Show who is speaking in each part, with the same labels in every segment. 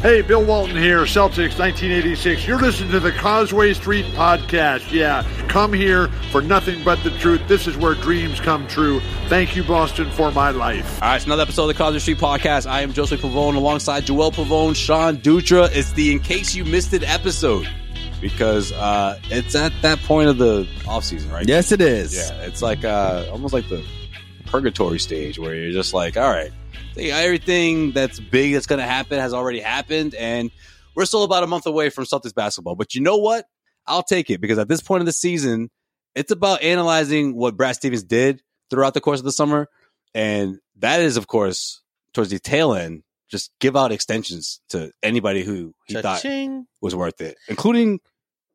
Speaker 1: Hey, Bill Walton here, Celtics 1986. You're listening to the Causeway Street Podcast. Yeah, come here for nothing but the truth. This is where dreams come true. Thank you, Boston, for my life.
Speaker 2: All right, it's another episode of the Causeway Street Podcast. I am Joseph Pavone alongside Joel Pavone, Sean Dutra. It's the In Case You Missed It episode because uh, it's at that point of the offseason, right?
Speaker 3: Yes, it is.
Speaker 2: Yeah, it's like uh, almost like the purgatory stage where you're just like, all right, the- everything that's big that's going to happen has already happened, and we're still about a month away from Celtics basketball. But you know what? I'll take it because at this point of the season, it's about analyzing what Brad Stevens did throughout the course of the summer, and that is, of course, towards the tail end. Just give out extensions to anybody who he thought was worth it, including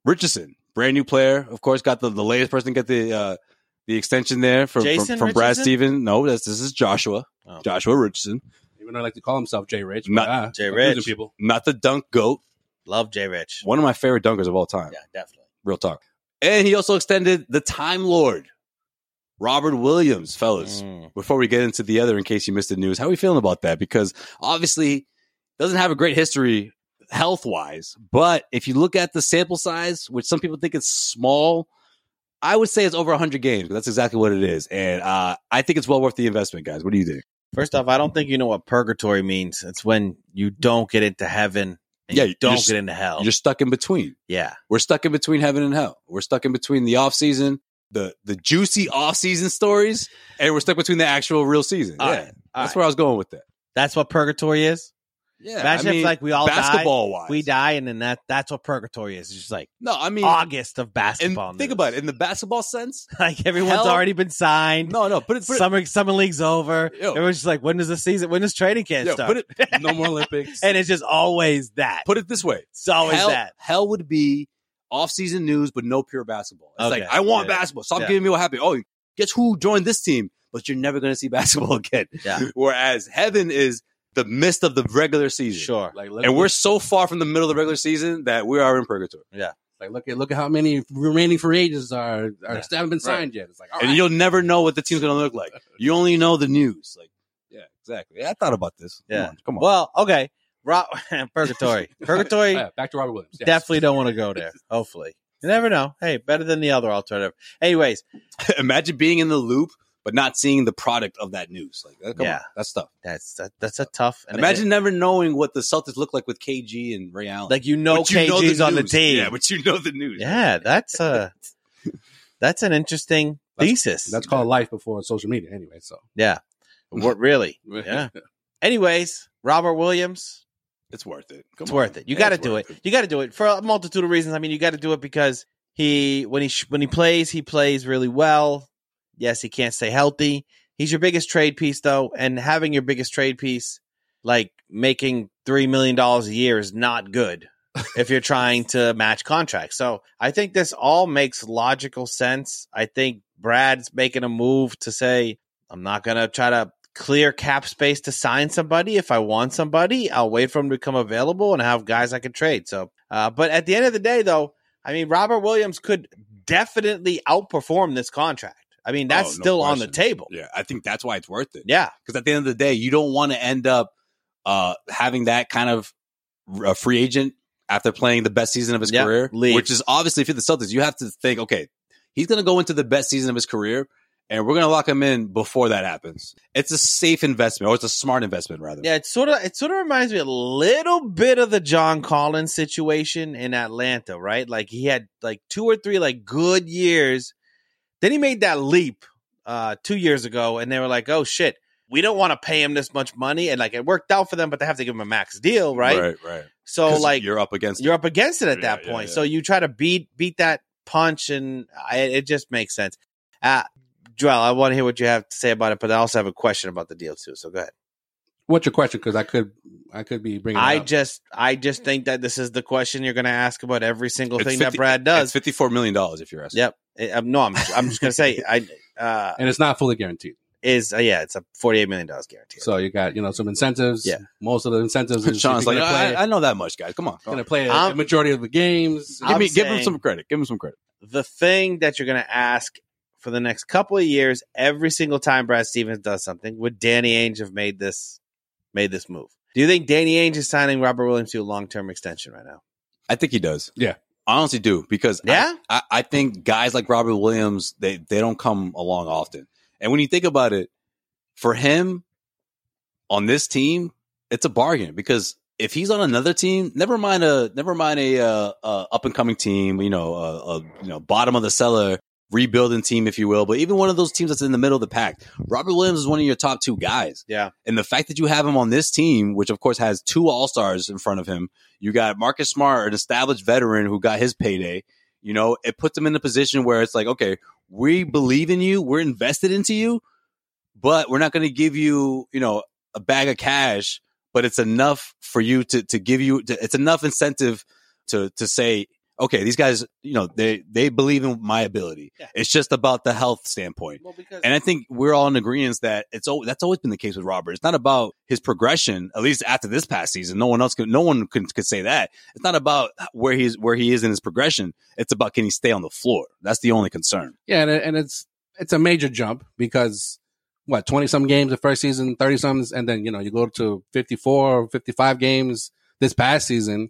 Speaker 2: Richardson, brand new player. Of course, got the, the latest person to get the uh, the extension there from
Speaker 4: Jason
Speaker 2: from, from Brad
Speaker 4: Richardson?
Speaker 2: Steven. No, that's, this is Joshua,
Speaker 4: Oh.
Speaker 2: Joshua Richardson,
Speaker 3: Even though I like to call himself Jay Rich.
Speaker 2: Not-
Speaker 3: but, ah,
Speaker 4: Jay
Speaker 3: confusing
Speaker 4: Rich.
Speaker 3: People.
Speaker 2: not the dunk goat,
Speaker 4: Love Jay Rich.
Speaker 2: one of my favorite dunkers of all time.
Speaker 4: Yeah, definitely.
Speaker 2: Real talk. And he also extended the Time Lord, Robert Williams, fellas.
Speaker 4: Mm.
Speaker 2: Before we get into the other, in case you missed the news, how are we feeling about that? Because obviously, doesn't have a great history health wise, but if you look at the sample size, which some people think is small, I would say it's over 100 games. 'cause That's exactly what it is, and uh, I think it's well worth the investment, guys. What do you think?
Speaker 4: First off, I don't think you know what purgatory means. It's when you don't get into heaven and
Speaker 2: Yeah,
Speaker 4: you don't
Speaker 2: you're s-
Speaker 4: get into hell.
Speaker 2: You're stuck in between.
Speaker 4: yeah.
Speaker 2: We're stuck in between heaven and hell. We're stuck in between the off season, the the juicy off season stories, and we're stuck between the actual real season.
Speaker 4: All
Speaker 2: yeah,
Speaker 4: right. All
Speaker 2: that's
Speaker 4: right.
Speaker 2: where I was going with that.
Speaker 4: That's what purgatory is.
Speaker 2: Yeah,
Speaker 4: Imagine
Speaker 2: I
Speaker 4: if
Speaker 2: mean,
Speaker 4: like we all die,
Speaker 2: basketball wise,
Speaker 4: we die, and then that that's what purgatory is. It's just like
Speaker 2: No, I mean,
Speaker 4: August of
Speaker 2: and
Speaker 4: basketball.
Speaker 2: think
Speaker 4: news.
Speaker 2: about it in the basketball sense.
Speaker 4: Like everyone's
Speaker 2: Hell-
Speaker 4: already been signed.
Speaker 2: No, no, but it's but it-
Speaker 4: summer summer league's over.
Speaker 2: Yo.
Speaker 4: Everyone's just like, when does the season? When does training camp
Speaker 2: yo,
Speaker 4: start?
Speaker 2: put it no more Olympics.
Speaker 4: and it's just always that.
Speaker 2: put it this way:
Speaker 4: it's always
Speaker 2: hell,
Speaker 4: that.
Speaker 2: hell would be off-season news, but no pure basketball. It's
Speaker 4: Okay.
Speaker 2: like I want
Speaker 4: Yeah.
Speaker 2: basketball. Stop
Speaker 4: Yeah.
Speaker 2: giving me what happened. Oh, guess who joined this team? But you're never going to see basketball again.
Speaker 4: Yeah.
Speaker 2: Whereas heaven is the mist of the regular season.
Speaker 4: Sure.
Speaker 3: Like, look,
Speaker 2: And we're so far from the middle of the regular season that we are in purgatory.
Speaker 3: like, look at look at how many remaining free agents are, are
Speaker 4: Yeah.
Speaker 3: still haven't been signed yet. It's like, all
Speaker 2: and
Speaker 3: right.
Speaker 2: you'll never know what the team's going to look like. You only know the news. Like, yeah, exactly. Yeah, I thought about this.
Speaker 4: Yeah.
Speaker 2: Come on. Come on.
Speaker 4: Well, okay. Ro- purgatory. Purgatory.
Speaker 3: Yeah, back to Robert Williams. Yes.
Speaker 4: Definitely don't want to go there. Hopefully. You never know. Hey, better than the other alternative. Anyways,
Speaker 2: Imagine being in the loop but not seeing the product of that news. Like, uh, come
Speaker 4: Yeah.
Speaker 2: on. That's tough.
Speaker 4: that's that, that's a tough. And
Speaker 2: Imagine
Speaker 4: it-
Speaker 2: never knowing what the Celtics look like with KG and Ray Allen.
Speaker 4: like you know
Speaker 2: But you
Speaker 4: KG's
Speaker 2: know
Speaker 4: on the
Speaker 2: news.
Speaker 4: team.
Speaker 2: Yeah, but you know the news.
Speaker 4: Yeah, that's a that's an interesting
Speaker 3: That's-
Speaker 4: thesis.
Speaker 3: That's called life before social media, anyway. So
Speaker 4: yeah. What really? Yeah. Anyways, Robert Williams,
Speaker 2: It's worth it.
Speaker 4: it's worth it. You got to do it. You got to do it for a multitude of reasons. I mean, you got to do it because he when he sh- when he plays, he plays really well. Yes, he can't stay healthy. He's your biggest trade piece though, and having your biggest trade piece like making 3 million dollars a year is not good. if you're trying to match contracts. So I think this all makes logical sense. I think Brad's making a move to say, I'm not going to try to clear cap space to sign somebody. If I want somebody, I'll wait for him to become available and have guys I can trade. So, uh, but at the end of the day, though, I mean, Robert Williams could definitely outperform this contract. I mean, that's
Speaker 2: Oh, no
Speaker 4: still on the
Speaker 2: question.
Speaker 4: table.
Speaker 2: Yeah, I think that's why it's worth it.
Speaker 4: Yeah.
Speaker 2: Because at the end of the day, you don't want to end up uh, having that kind of a free agent after playing the best season of his
Speaker 4: Yeah,
Speaker 2: career,
Speaker 4: leave.
Speaker 2: which is obviously for the Celtics. You have to think, okay, he's going to go into the best season of his career, and we're going to lock him in before that happens. It's a safe investment, or it's a smart investment, rather.
Speaker 4: Yeah, it sort of it sort of reminds me a little bit of the John Collins situation in Atlanta, right? Like he had like two or three like good years. Then he made that leap uh 2 years ago and they were like, "Oh shit, we don't want to pay him this much money." And like it worked out for them, but they have to give him a max deal, right?
Speaker 2: right, right.
Speaker 4: So
Speaker 2: 'Cause
Speaker 4: like
Speaker 2: you're up against.
Speaker 4: you're up against it at
Speaker 2: Yeah,
Speaker 4: that
Speaker 2: yeah,
Speaker 4: point.
Speaker 2: yeah.
Speaker 4: So you try to beat beat that punch, and I, it just makes sense. Uh, Joel, I want to hear what you have to say about it, but I also have a question about the deal too. So go ahead.
Speaker 3: What's your question? Because I could, I could be bringing. it
Speaker 4: I
Speaker 3: up.
Speaker 4: just I just think that this is the question you're going to ask about every single
Speaker 2: It's
Speaker 4: thing
Speaker 2: 50
Speaker 4: that Brad
Speaker 2: it's
Speaker 4: does.
Speaker 2: fifty four million dollars if you're asking.
Speaker 4: Yep. I- I'm- no, I'm I'm just going to say I uh
Speaker 3: and it's not fully guaranteed.
Speaker 4: is uh, yeah, it's a 48 million dollars guarantee.
Speaker 3: So you got you know some incentives.
Speaker 4: Yeah. "Ah,
Speaker 3: most of the incentives. Is
Speaker 2: Sean's like,
Speaker 3: gonna play,
Speaker 2: I, I know that much, guys. Come on, come
Speaker 3: gonna
Speaker 2: on.
Speaker 3: play a,
Speaker 4: I'm-
Speaker 3: a majority of the games.
Speaker 4: I'm
Speaker 2: give me, give him
Speaker 4: saying-
Speaker 2: some credit. Give him some credit.
Speaker 4: the thing that you're going to ask for the next couple of years, every single time Brad Stevens does something, would Danny Ainge have made this made this move? Do you think Danny Ainge is signing Robert Williams to a long term extension right now?
Speaker 2: I think he does.
Speaker 3: Yeah.
Speaker 2: I honestly do because I-
Speaker 4: Yeah?
Speaker 2: I, I think guys like Robert Williams they they don't come along often. And when you think about it, for him on this team, it's a bargain because if he's on another team, never mind a never mind a, uh uh up and coming team, you know, a, a you know bottom of the cellar rebuilding team, if you will, but even one of those teams that's in the middle of the pack, Robert Williams is one of your top two guys.
Speaker 4: Yeah.
Speaker 2: And the fact that you have him on this team, which of course has two All Stars in front of him, you got Marcus Smart, an established veteran who got his payday. You know, it puts them in a position where it's like, okay, we believe in you, we're invested into you, but we're not going to give you, you know, a bag of cash, but it's enough for you to to give you, to, it's enough incentive to to say, okay, these guys, you know, they they believe in my ability.
Speaker 4: Yeah.
Speaker 2: It's just about the health standpoint.
Speaker 4: Well, because
Speaker 2: And I think we're all in agreement that it's al- that's always been the case with Robert. It's not about his progression, at least after this past season. No one else could, no one could, could say that. It's not about where he's where he is in his progression. It's about can he stay on the floor. That's the only concern.
Speaker 3: Yeah, and, it- and it's it's a major jump because what twenty some games the first season, thirty some, and then you know you go to fifty four or fifty five games this past season,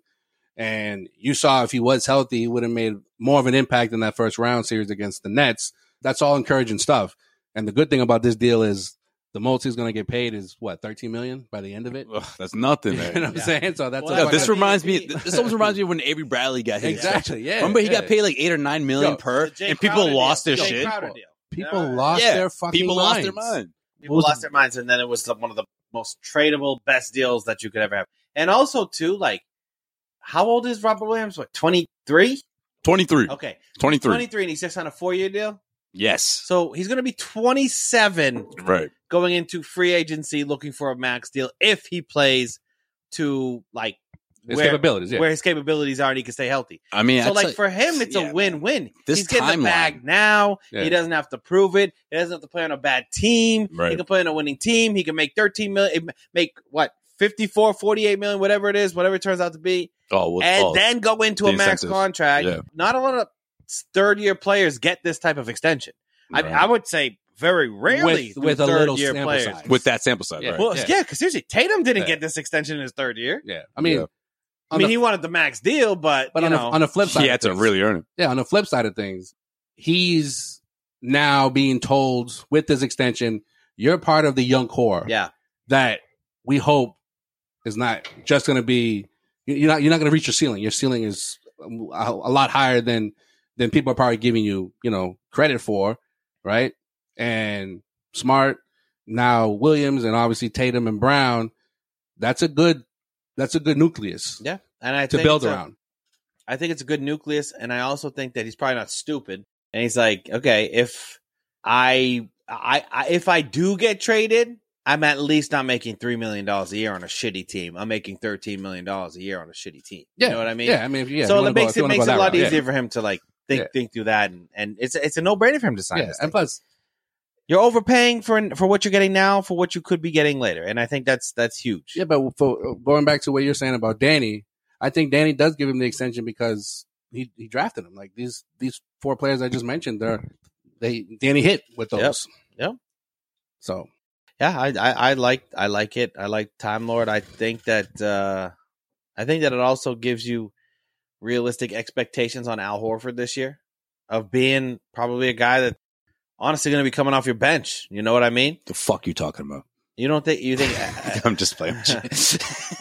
Speaker 3: and you saw if he was healthy, he would have made more of an impact in that first round series against the Nets. That's all encouraging stuff. And the good thing about this deal is the most he's going to get paid is what thirteen million by the end of it.
Speaker 2: Ugh, that's nothing.
Speaker 3: you know
Speaker 2: man.
Speaker 3: what I'm saying? So that's
Speaker 4: Well,
Speaker 3: a
Speaker 2: No,
Speaker 4: that's
Speaker 2: this
Speaker 4: what
Speaker 3: fucking-
Speaker 4: I
Speaker 2: reminds
Speaker 4: mean.
Speaker 2: me. This almost reminds me of when Avery Bradley got hit.
Speaker 3: exactly. Yeah,
Speaker 2: Remember, he got
Speaker 3: yeah.
Speaker 2: paid like eight or nine million
Speaker 3: Yo,
Speaker 2: per,
Speaker 4: the Jay
Speaker 2: and people
Speaker 4: Crowder deal.
Speaker 2: lost their
Speaker 4: Jay
Speaker 2: shit.
Speaker 4: Crowder deal.
Speaker 3: People
Speaker 4: Yeah.
Speaker 3: lost
Speaker 2: Yeah,
Speaker 3: their fucking
Speaker 2: People lost their
Speaker 3: minds.
Speaker 2: mind.
Speaker 4: people
Speaker 3: What was
Speaker 4: lost their minds, and then it was the- one of the most tradable, best deals that you could ever have. And also, too, like, how old is Robert Williams? What, 23?
Speaker 2: 23.
Speaker 4: Okay,
Speaker 2: 23.
Speaker 4: 23, and he just signed a four year deal.
Speaker 2: Yes.
Speaker 4: So he's going to be 27
Speaker 2: Right.
Speaker 4: going into free agency looking for a max deal if he plays to, like,
Speaker 3: His
Speaker 4: where,
Speaker 3: capabilities, yeah.
Speaker 4: where his capabilities are and he can stay healthy.
Speaker 2: I mean, I
Speaker 4: So, like
Speaker 2: tell-
Speaker 4: for him, it's
Speaker 2: yeah,
Speaker 4: a win-win.
Speaker 2: This
Speaker 4: He's getting the bag
Speaker 2: timeline.
Speaker 4: now.
Speaker 3: Yeah.
Speaker 4: He doesn't have to prove it. He doesn't have to play on a bad team.
Speaker 2: Right.
Speaker 4: He can play on a winning team. He can make 13 million, eh, make what 54, 48 million, whatever it is, whatever it turns out to be,
Speaker 2: oh, well,
Speaker 4: and
Speaker 2: oh,
Speaker 4: then go into
Speaker 2: the
Speaker 4: a max
Speaker 2: incentives.
Speaker 4: contract.
Speaker 2: Yeah.
Speaker 4: Not a lot of third-year players get this type of extension. I,
Speaker 2: Right.
Speaker 4: I would say very rarely
Speaker 3: with, with a little
Speaker 4: third-year
Speaker 3: sample
Speaker 4: players.
Speaker 3: size.
Speaker 2: with that sample size,
Speaker 3: Yeah.
Speaker 2: right?
Speaker 4: Well,
Speaker 3: Yeah.
Speaker 4: yeah, because seriously, Tatum didn't
Speaker 3: Yeah.
Speaker 4: get this extension in his third year.
Speaker 3: Yeah, I mean,
Speaker 2: Yeah.
Speaker 4: I
Speaker 3: On
Speaker 4: mean,
Speaker 3: the-
Speaker 4: he wanted the max deal, but,
Speaker 3: but
Speaker 4: you
Speaker 3: on the,
Speaker 4: know,
Speaker 3: on the flip side,
Speaker 2: he
Speaker 3: of
Speaker 2: had to
Speaker 3: things-
Speaker 2: really earn it.
Speaker 3: yeah. On the flip side of things, he's now being told with this extension, you're part of the young core
Speaker 4: yeah,
Speaker 3: that we hope is not just going to be. you- You're not. You're not going to reach your ceiling. Your ceiling is um, a, a lot higher than than people are probably giving you, you know, credit for, right? And Smart now Williams and obviously Tatum and Brown. That's a good. That's a good nucleus
Speaker 4: yeah, and I
Speaker 3: to
Speaker 4: think
Speaker 3: build
Speaker 4: it's a-
Speaker 3: around.
Speaker 4: I think it's a good nucleus, and I also think that he's probably not stupid. And he's like, okay, if I, I, I if I do get traded, I'm at least not making three million dollars a year on a shitty team. I'm making thirteen million dollars a year on a shitty team.
Speaker 3: Yeah,
Speaker 4: You know what I mean?
Speaker 3: Yeah, I mean, if- yeah. if you
Speaker 4: so
Speaker 3: wanna
Speaker 4: it
Speaker 3: go-
Speaker 4: makes
Speaker 3: if you
Speaker 4: it
Speaker 3: wanna
Speaker 4: makes it
Speaker 3: go
Speaker 4: a lot
Speaker 3: that route,
Speaker 4: easier for him to like think
Speaker 3: Yeah.
Speaker 4: think through that, and, and it's it's a no brainer for him to sign.
Speaker 3: Yeah, yeah.
Speaker 4: this
Speaker 3: and
Speaker 4: thing.
Speaker 3: plus,
Speaker 4: you're overpaying for for what you're getting now for what you could be getting later, and I think that's that's huge.
Speaker 3: Yeah, but for going back to what you're saying about Danny, I think Danny does give him the extension because he, he drafted him. Like these these four players I just mentioned, they're they Danny hit with
Speaker 4: Yep.
Speaker 3: those.
Speaker 4: Yep.
Speaker 3: So
Speaker 4: Yeah, I, I I like I like it. I like Time Lord. I think that uh I think that it also gives you realistic expectations on Al Horford this year of being probably a guy that honestly going to be coming off your bench. You know what I mean?
Speaker 2: The fuck you talking about?
Speaker 4: You don't think you think
Speaker 2: I'm just playing. With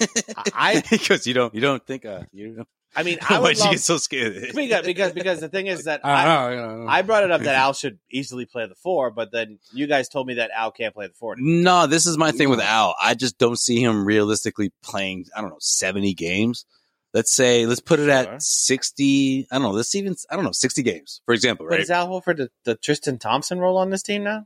Speaker 2: you.
Speaker 4: I-
Speaker 2: because you don't you don't think uh, you don't.
Speaker 4: I mean, I
Speaker 2: Why'd
Speaker 4: would
Speaker 2: you
Speaker 4: love,
Speaker 2: get so scared?
Speaker 4: because, because because the thing is that
Speaker 3: I,
Speaker 4: I,
Speaker 3: don't know, you know.
Speaker 4: I brought it up that Al should easily play the four, but then you guys told me that Al can't play the four.
Speaker 2: No, this is my thing
Speaker 4: Mm.
Speaker 2: with Al. I just don't see him realistically playing, I don't know, 70 games. Let's say, let's put it
Speaker 4: Sure.
Speaker 2: at 60. I don't know. Let's even, I don't know, 60 games, for example,
Speaker 4: But
Speaker 2: right?
Speaker 4: is Al Horford the, the Tristan Thompson role on this team now?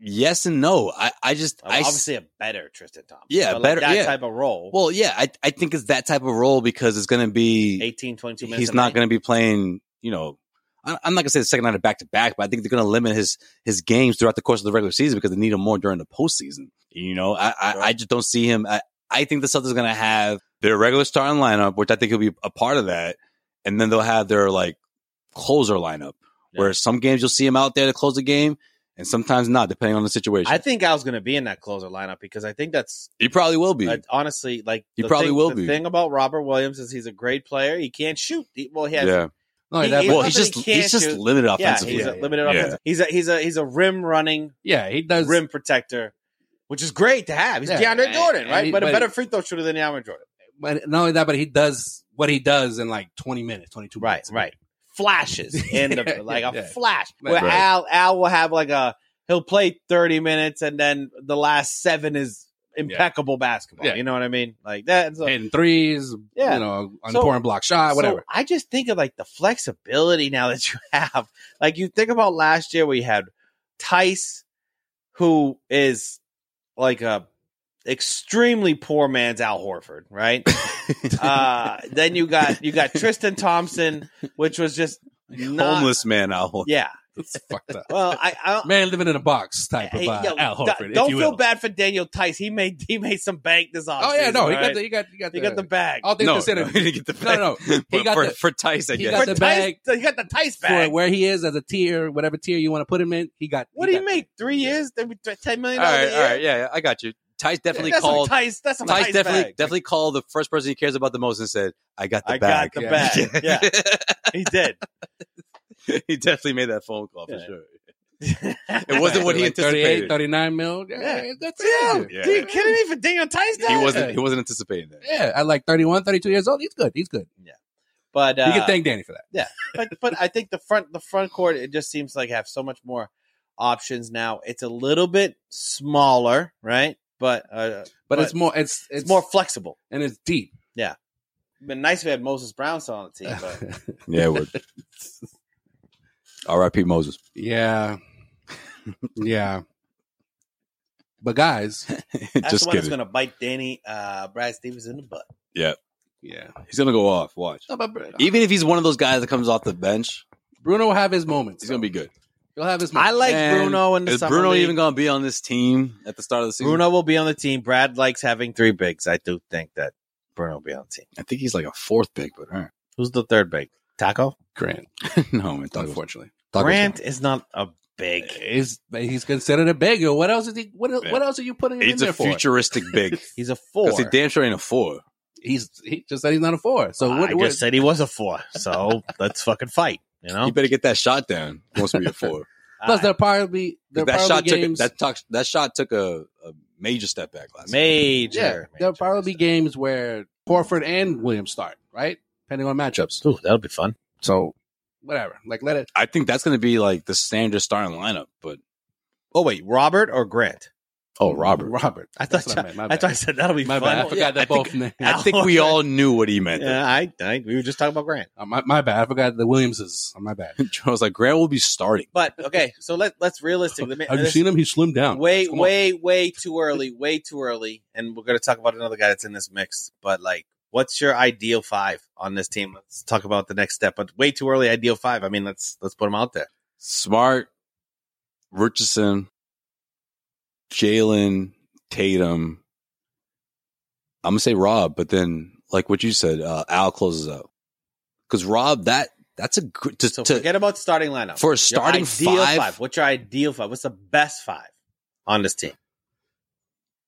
Speaker 2: yes and no. I, I just, I, s-
Speaker 4: Obviously, a better Tristan Thompson.
Speaker 2: Yeah,
Speaker 4: but
Speaker 2: better-
Speaker 4: Like that
Speaker 2: yeah.
Speaker 4: type of role.
Speaker 2: well, yeah, I, I think it's that type of role because it's going to be,
Speaker 4: 18, 22 minutes.
Speaker 2: he's not going to be playing. You know, I- I'm not going to say the second night of back to back, but I think they're going to limit his his games throughout the course of the regular season because they need him more during the postseason. You know, I I, I just don't see him. I, I think the Celtics are going to have their regular starting lineup, which I think he'll be a part of that, and then they'll have their like closer lineup, where
Speaker 4: Yeah.
Speaker 2: some games you'll see him out there to close the game, and sometimes not, depending on the situation.
Speaker 4: I think Al's going to be in that closer lineup because I think that's
Speaker 2: he probably will be.
Speaker 4: uh, honestly like
Speaker 2: He
Speaker 4: the
Speaker 2: probably
Speaker 4: thing,
Speaker 2: will
Speaker 4: the
Speaker 2: be.
Speaker 4: thing about Robert Williams is he's a great player. He can't shoot. He, well, he has.
Speaker 2: yeah.
Speaker 3: no,
Speaker 4: he-
Speaker 3: that-
Speaker 4: he-
Speaker 2: Well,
Speaker 4: not
Speaker 2: he's
Speaker 4: that
Speaker 2: just
Speaker 4: he can't
Speaker 2: he's just
Speaker 4: shoot.
Speaker 2: limited
Speaker 4: Yeah,
Speaker 2: offensively.
Speaker 4: he's a
Speaker 3: Yeah.
Speaker 4: limited
Speaker 2: Yeah.
Speaker 4: offensive. He's a he's a he's a rim running
Speaker 3: yeah, he does.
Speaker 4: rim protector, which is great to have. He's
Speaker 3: Yeah.
Speaker 4: DeAndre
Speaker 3: And-
Speaker 4: Jordan,
Speaker 3: and
Speaker 4: right?
Speaker 3: he-
Speaker 4: but,
Speaker 3: but-
Speaker 4: a better free throw shooter than DeAndre Jordan.
Speaker 3: But not only that, but he does what he does in like 20 minutes, 22
Speaker 4: Right,
Speaker 3: minutes.
Speaker 4: right. Flashes and
Speaker 3: Yeah,
Speaker 4: the, like a
Speaker 3: yeah.
Speaker 4: flash
Speaker 3: Right.
Speaker 4: where
Speaker 2: Right.
Speaker 4: Al Al will have like a he'll play thirty minutes and then the last seven is impeccable basketball.
Speaker 3: Yeah.
Speaker 4: You know what I mean? Like that. and so-
Speaker 3: Hitting threes,
Speaker 4: Yeah.
Speaker 3: you know, an
Speaker 4: So-
Speaker 3: important block shot, whatever.
Speaker 4: So I just think of like the flexibility now that you have. Like you think about last year, we had Tice, who is like a extremely poor man's Al Horford, right? uh, then you got you got Tristan Thompson, which was just not-
Speaker 2: Homeless man, Al.
Speaker 4: Yeah.
Speaker 3: it's fucked up.
Speaker 4: Well, I, I
Speaker 3: Man living in a box type of
Speaker 4: Hey,
Speaker 3: uh,
Speaker 4: yo,
Speaker 3: Al
Speaker 4: d-
Speaker 3: Horford. if
Speaker 4: don't
Speaker 3: you
Speaker 4: feel
Speaker 3: will.
Speaker 4: bad for Daniel Tice. He made he made some bank this offseason.
Speaker 3: Oh yeah, no, he got
Speaker 4: right?
Speaker 3: the, he got he got
Speaker 4: he got the bag.
Speaker 3: all things
Speaker 2: no,
Speaker 3: considered.
Speaker 2: no, he didn't get the
Speaker 3: No, no, he
Speaker 2: But
Speaker 3: got
Speaker 2: for,
Speaker 3: the-
Speaker 2: for Tice, I
Speaker 3: he
Speaker 2: guess.
Speaker 3: got
Speaker 4: For
Speaker 3: the
Speaker 4: Tice, he got the Tice bag.
Speaker 3: for where he is as a tier, whatever tier you want to put him in, he got.
Speaker 4: What do
Speaker 3: he
Speaker 4: you
Speaker 3: got-
Speaker 4: make? Three years? That'd be th- Ten million
Speaker 2: all
Speaker 4: dollars
Speaker 2: right,
Speaker 4: a
Speaker 2: all
Speaker 4: year.
Speaker 2: right, yeah, yeah, I got you. Tice definitely
Speaker 4: that's
Speaker 2: called.
Speaker 4: Some Tice, that's some Tice,
Speaker 2: Tice definitely
Speaker 4: bag.
Speaker 2: definitely called the first person he cares about the most and said, "I got the
Speaker 4: I
Speaker 2: bag."
Speaker 4: got the
Speaker 3: Yeah.
Speaker 4: bag. Yeah, he did.
Speaker 2: he definitely made that phone call for
Speaker 4: Yeah.
Speaker 2: sure. It wasn't what he
Speaker 3: Like 38,
Speaker 2: anticipated.
Speaker 3: 39 mil. Yeah,
Speaker 4: Yeah.
Speaker 3: that's
Speaker 4: Yeah,
Speaker 3: it.
Speaker 2: Yeah.
Speaker 4: Are you kidding me for Daniel Tice?
Speaker 2: He
Speaker 4: though?
Speaker 2: wasn't. He wasn't anticipating that.
Speaker 3: Yeah, at like 31, 32 years old, he's good. He's good.
Speaker 4: But uh,
Speaker 3: you can thank Danny for that.
Speaker 4: but but I think the front the front court it just seems like have so much more options now. It's a little bit smaller, right? But uh,
Speaker 3: But,
Speaker 4: But
Speaker 3: it's more. It's,
Speaker 4: it's,
Speaker 3: it's
Speaker 4: more flexible.
Speaker 3: and it's deep.
Speaker 4: Been nice if we had Moses Brown still on the team, but
Speaker 2: Yeah, it would. R.I.P. Moses.
Speaker 3: yeah, yeah. But guys,
Speaker 4: that's the one that's going to bite Danny uh, Brad Stevens in the butt.
Speaker 3: yeah.
Speaker 2: He's gonna go off. Watch.
Speaker 3: No, but Bruno,
Speaker 2: Even if he's one of those guys that comes off the bench,
Speaker 3: Bruno will have his moments.
Speaker 2: he's gonna be good.
Speaker 3: He'll have his.
Speaker 4: I
Speaker 3: Moments.
Speaker 4: like
Speaker 2: And
Speaker 4: Bruno in the
Speaker 2: Is
Speaker 4: summer
Speaker 2: Bruno
Speaker 4: league.
Speaker 2: even gonna be on this team at the start of the season?
Speaker 4: Bruno will be on the team. Brad likes having three bigs. I do think that Bruno will be on the team.
Speaker 2: I think he's like a fourth big, but all
Speaker 4: Who's the third big? Taco?
Speaker 3: Grant.
Speaker 2: right. no, man, Douglas-
Speaker 3: Unfortunately,
Speaker 4: Grant is not a big.
Speaker 3: is he's considered a big. or What else is he? What,
Speaker 2: Yeah.
Speaker 3: what else are you putting him in
Speaker 2: He's
Speaker 3: there
Speaker 2: a
Speaker 3: for?
Speaker 2: futuristic big.
Speaker 4: He's a four.
Speaker 2: Because he damn sure ain't a four.
Speaker 3: He's he just said he's not a four. So what?
Speaker 4: I
Speaker 3: what-
Speaker 4: just said he was a four. So let's fucking fight. You know?
Speaker 2: You better get that shot down. He Wants to be a four.
Speaker 3: plus,
Speaker 4: Alright.
Speaker 3: there'll probably be
Speaker 2: 'Cause
Speaker 3: there'll
Speaker 2: that
Speaker 3: probably
Speaker 2: shot
Speaker 3: be
Speaker 2: took
Speaker 3: games.
Speaker 2: that talk, that shot took a, a major step back last night.
Speaker 4: major.
Speaker 3: yeah, there'll
Speaker 4: major
Speaker 3: probably be games where Crawford and Williams start, right? Depending on matchups.
Speaker 4: Ooh, that'll be fun.
Speaker 3: So whatever, like let it.
Speaker 2: I think that's going to be like the standard starting lineup. But
Speaker 4: Oh wait, Robert or Grant?
Speaker 2: Oh, Robert.
Speaker 3: Robert.
Speaker 4: I thought
Speaker 3: That's what
Speaker 4: I,
Speaker 3: I meant, my
Speaker 4: I
Speaker 3: bad.
Speaker 4: thought I said that'll be
Speaker 3: My
Speaker 4: fun.
Speaker 3: bad. I forgot that
Speaker 2: I
Speaker 3: both
Speaker 2: think-
Speaker 3: names.
Speaker 2: I think we all knew what he meant.
Speaker 4: Yeah, I, I we were just talking about Grant.
Speaker 3: Uh, my, my bad. I forgot the Williamses. Uh, My bad.
Speaker 2: I was like, Grant will be starting.
Speaker 4: But okay, so let let's realistically. let me-
Speaker 3: Have you
Speaker 4: this-
Speaker 3: seen him? He slimmed down.
Speaker 4: Way,
Speaker 3: Come on.
Speaker 4: way, way too early. Way too early. And we're gonna talk about another guy that's in this mix. But like, what's your ideal five on this team? Let's talk about the next step. But way too early. Ideal five. I mean, let's let's put him out there.
Speaker 2: Smart, Richardson, Jalen, Tatum. I'm gonna say Rob, but then like what you said, uh, Al closes out because Rob that that's a good to,
Speaker 4: So
Speaker 2: to-
Speaker 4: forget about starting lineup
Speaker 2: for a
Speaker 4: Your
Speaker 2: starting
Speaker 4: ideal
Speaker 2: five?
Speaker 4: What's your ideal five? What's the best five on this team?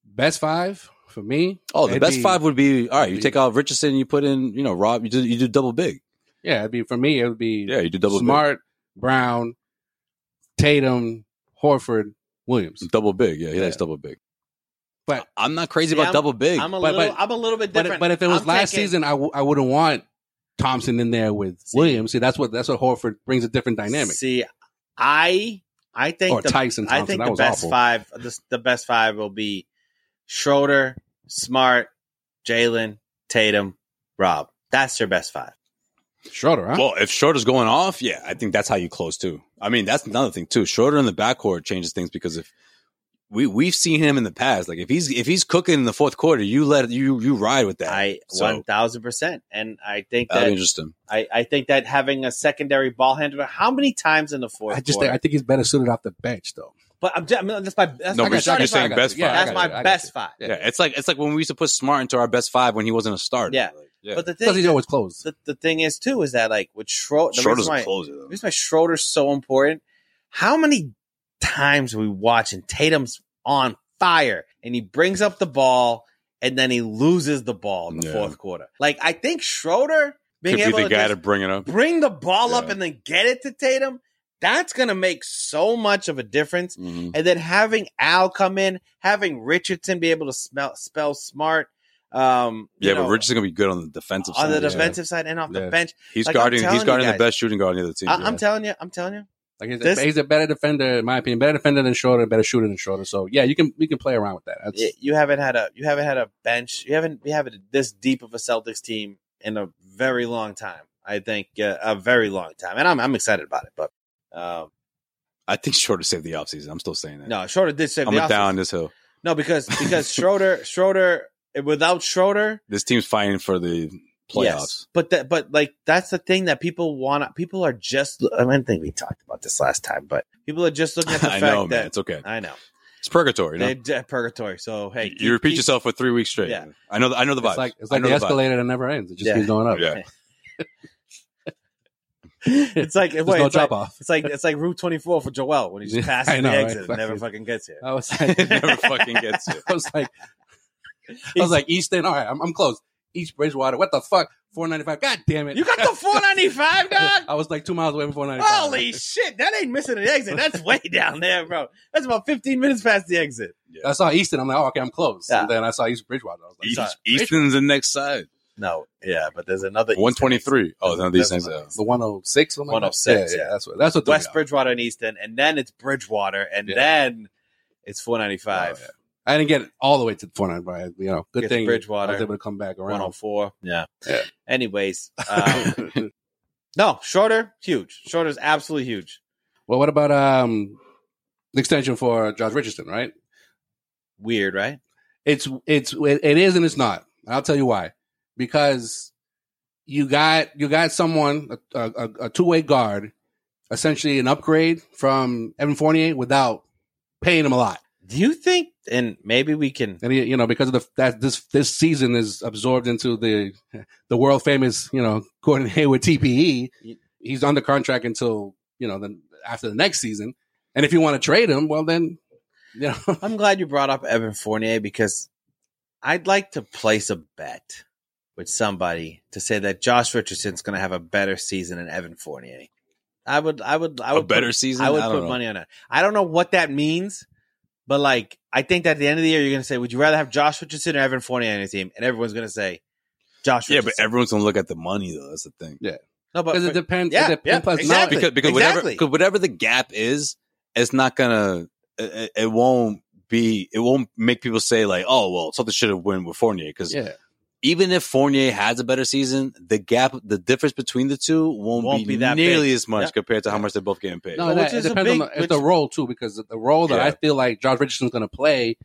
Speaker 3: Best five for me.
Speaker 2: oh the
Speaker 3: it'd
Speaker 2: best
Speaker 3: be-
Speaker 2: five would be all right. You
Speaker 3: be-
Speaker 2: take out Richardson, you put in you know Rob. You do you do double big.
Speaker 3: Yeah, it'd be for me. It would be
Speaker 2: Yeah, you do double
Speaker 3: Smart, Brown, Tatum, Horford, Williams.
Speaker 2: big. double big. Yeah, he likes
Speaker 3: Yeah.
Speaker 2: double big.
Speaker 3: But
Speaker 2: I'm not crazy
Speaker 4: See,
Speaker 2: about
Speaker 4: I'm-
Speaker 2: double big.
Speaker 4: I'm a
Speaker 3: But-
Speaker 4: little.
Speaker 3: but-
Speaker 4: I'm a little bit
Speaker 3: but,
Speaker 4: different.
Speaker 3: but if it was
Speaker 4: I'm
Speaker 3: last
Speaker 4: taking-
Speaker 3: season, I, w- I wouldn't want Thompson in there with
Speaker 4: See.
Speaker 3: Williams. See, that's what that's what Horford brings a different dynamic.
Speaker 4: See, I I think
Speaker 3: Or Tyson
Speaker 4: I
Speaker 3: Thompson.
Speaker 4: think
Speaker 3: that
Speaker 4: the
Speaker 3: was
Speaker 4: best
Speaker 3: awful.
Speaker 4: five. The, the best five will be Schroeder, Smart, Jalen, Tatum, Rob. That's your best five.
Speaker 3: Schroeder, huh?
Speaker 2: Well, if Schroeder's going off, yeah, I think that's how you close too. I mean, that's another thing too. Schroeder in the backcourt changes things because if we we've seen him in the past, like if he's if he's cooking in the fourth quarter, you let you you ride with that.
Speaker 4: I
Speaker 2: So,
Speaker 4: one thousand percent, and I think
Speaker 2: that'd be
Speaker 4: that
Speaker 2: interesting.
Speaker 4: I, I think that having a secondary ball handler. How many times in the fourth?
Speaker 3: I just think,
Speaker 4: quarter?
Speaker 3: I think he's better suited off the bench though.
Speaker 4: but I'm, just, I mean, that's my that's
Speaker 2: No,
Speaker 4: my
Speaker 2: but you're
Speaker 4: starting
Speaker 2: saying
Speaker 4: five.
Speaker 2: best
Speaker 3: Yeah,
Speaker 2: five.
Speaker 3: I
Speaker 4: That's
Speaker 3: got
Speaker 4: my
Speaker 3: you, I got
Speaker 4: best
Speaker 3: you.
Speaker 4: five.
Speaker 2: Yeah. it's like it's like when we used to put Smart into our best five when he wasn't a starter.
Speaker 4: Yeah.
Speaker 2: Like, yeah.
Speaker 4: But the
Speaker 3: Because he's
Speaker 4: thing,
Speaker 3: always closed.
Speaker 4: the, the thing is too, is that like with Schroeder, the
Speaker 2: Schroeder's
Speaker 4: reason
Speaker 2: a
Speaker 4: why-
Speaker 2: closer
Speaker 4: The
Speaker 2: though.
Speaker 4: reason why Schroeder's so important, how many times are we watching Tatum's on fire and he brings up the ball and then he loses the ball in the
Speaker 2: Yeah.
Speaker 4: fourth quarter? Like, I think Schroeder
Speaker 2: Could
Speaker 4: being
Speaker 2: be
Speaker 4: able
Speaker 2: the
Speaker 4: to,
Speaker 2: guy
Speaker 4: just
Speaker 2: to bring it up.
Speaker 4: bring the ball up
Speaker 2: Yeah.
Speaker 4: and then get it to Tatum, that's going to make so much of a difference.
Speaker 2: Mhm.
Speaker 4: And then having Al come in, having Richardson be able to smell, spell smart. Um, you
Speaker 2: Yeah, but
Speaker 4: know,
Speaker 2: Richardson's gonna be good on the defensive
Speaker 4: on
Speaker 2: side.
Speaker 4: the
Speaker 2: yeah.
Speaker 4: defensive side and off
Speaker 3: Yeah.
Speaker 4: the bench.
Speaker 2: He's
Speaker 4: like, I'm
Speaker 2: guarding
Speaker 4: telling
Speaker 2: he's
Speaker 4: you
Speaker 2: guarding the
Speaker 4: guys.
Speaker 2: best shooting guard on the other team.
Speaker 4: I,
Speaker 2: yeah.
Speaker 4: I'm telling you, I'm telling you.
Speaker 3: Like he's,
Speaker 4: This-
Speaker 3: he's a better defender, in my opinion, better defender than Schroeder, better shooter than Schroeder. So yeah, you can we can play around with that. That's,
Speaker 4: y- you haven't had a you haven't had a bench you haven't you haven't this deep of a Celtics team in a very long time. I think uh, a very long time, and I'm I'm excited about it. But um,
Speaker 2: I think Schroeder saved the offseason. I'm still saying that.
Speaker 4: no, Schroeder did save
Speaker 2: I'm
Speaker 4: the
Speaker 2: down
Speaker 4: offseason.
Speaker 2: this hill.
Speaker 4: No, because because Schroeder Schroeder without Schroeder,
Speaker 2: This team's fighting for the playoffs.
Speaker 4: yes. But that but like that's the thing that people want. People are just I, mean, I think we talked about this last time, but people are just looking at the
Speaker 2: I
Speaker 4: fact
Speaker 2: know,
Speaker 4: that
Speaker 2: man. It's okay.
Speaker 4: I know
Speaker 2: It's purgatory. You know?
Speaker 4: they're de- purgatory. So hey,
Speaker 2: you
Speaker 4: keep-
Speaker 2: repeat
Speaker 4: keep-
Speaker 2: yourself for three weeks straight.
Speaker 4: Yeah.
Speaker 2: I know. The, I know the vibes.
Speaker 3: it's like it's
Speaker 2: I
Speaker 3: like
Speaker 2: know
Speaker 3: the
Speaker 2: vibe.
Speaker 3: escalator that never ends. It just
Speaker 4: Yeah.
Speaker 3: keeps going up.
Speaker 2: Yeah.
Speaker 4: It's like
Speaker 3: There's
Speaker 4: wait,
Speaker 3: no
Speaker 4: it's like-
Speaker 3: drop off.
Speaker 4: It's like it's like Route 24 for Joel when he just
Speaker 3: Yeah,
Speaker 4: passes
Speaker 3: I know,
Speaker 4: the
Speaker 3: right?
Speaker 4: exit and never
Speaker 3: Fucking-
Speaker 4: fucking gets here.
Speaker 3: I was like,
Speaker 2: it
Speaker 3: I
Speaker 2: never fucking gets you.
Speaker 3: was like, I was like, East End. All right, I'm, I'm close. East Bridgewater. What the fuck? Four ninety five. God damn it!
Speaker 4: You got the 495, dog.
Speaker 3: I was like two miles away from four ninety five.
Speaker 4: Holy shit, that ain't missing an exit. That's way down there, bro. That's about 15 minutes past the exit.
Speaker 3: I saw Easton. I'm like, oh, okay, I'm close.
Speaker 4: Yeah.
Speaker 3: And then I saw East Bridgewater. I was like,
Speaker 2: East,
Speaker 4: sorry.
Speaker 2: Easton's the next side.
Speaker 4: No, yeah, but there's another
Speaker 2: One twenty three. Oh, none of these things.
Speaker 4: That's
Speaker 2: uh,
Speaker 4: nice.
Speaker 3: the 106. something like that?
Speaker 4: 106, Oh, yeah.
Speaker 3: that's what. That's what. threw me
Speaker 4: West
Speaker 3: off.
Speaker 4: Bridgewater and Easton, and then it's Bridgewater, and
Speaker 3: Yeah.
Speaker 4: then it's 495,
Speaker 3: Oh, yeah. I didn't get all the way to 495. You know, good
Speaker 4: Gets
Speaker 3: thing
Speaker 4: Bridgewater.
Speaker 3: I was able to come back around.
Speaker 4: 104. Yeah.
Speaker 3: Yeah.
Speaker 4: Anyways, um, no, Shorter, huge. Shorter's absolutely huge.
Speaker 3: well, what about um the extension for Josh Richardson? Right?
Speaker 4: Weird, right?
Speaker 3: It's it's it, it is and it's not. And I'll tell you why. Because you got you got someone a, a, a two way guard, essentially an upgrade from Evan Fournier without paying him a lot.
Speaker 4: Do you think, and maybe we can
Speaker 3: and he, you know because of the that this this season is absorbed into the the world famous you know Gordon Hayward TPE. He's under contract until you know then after the next season, and if you want to trade him, well then you know
Speaker 4: I'm glad you brought up Evan Fournier because I'd like to place a bet with somebody to say that Josh Richardson's going to have a better season than Evan Fournier. I would, I would, I
Speaker 2: A
Speaker 4: would
Speaker 2: better
Speaker 4: put,
Speaker 2: season.
Speaker 4: I would
Speaker 2: don't
Speaker 4: put
Speaker 2: know.
Speaker 4: money on it. I don't know what that means, but like, I think that at the end of the year, you're going to say, "Would you rather have Josh Richardson or Evan Fournier on your team?" And everyone's going to say, "Josh."
Speaker 2: Yeah,
Speaker 4: Richardson.
Speaker 2: but everyone's gonna look at the money though. That's the thing.
Speaker 4: no, but
Speaker 3: because it
Speaker 4: but-
Speaker 3: depends.
Speaker 4: yeah,
Speaker 3: it depends
Speaker 4: yeah, exactly.
Speaker 2: Because because
Speaker 4: Exactly.
Speaker 2: whatever cause whatever the gap is, it's not gonna it, it- it won't be it won't make people say like, oh well, something should have won with Fournier because
Speaker 3: Yeah.
Speaker 2: even if Fournier has a better season, the gap, the difference between the two won't,
Speaker 4: Won't
Speaker 2: be,
Speaker 4: be that
Speaker 2: nearly
Speaker 4: big.
Speaker 2: as much
Speaker 4: Yeah.
Speaker 2: compared to how much they're both getting paid.
Speaker 3: No,
Speaker 4: Well,
Speaker 3: that,
Speaker 4: which
Speaker 3: it
Speaker 4: is a
Speaker 3: depends
Speaker 4: big-
Speaker 3: on the, it's
Speaker 4: which-
Speaker 3: the role too, because the role that I
Speaker 2: Yeah.
Speaker 3: feel like Josh Richardson's going to play,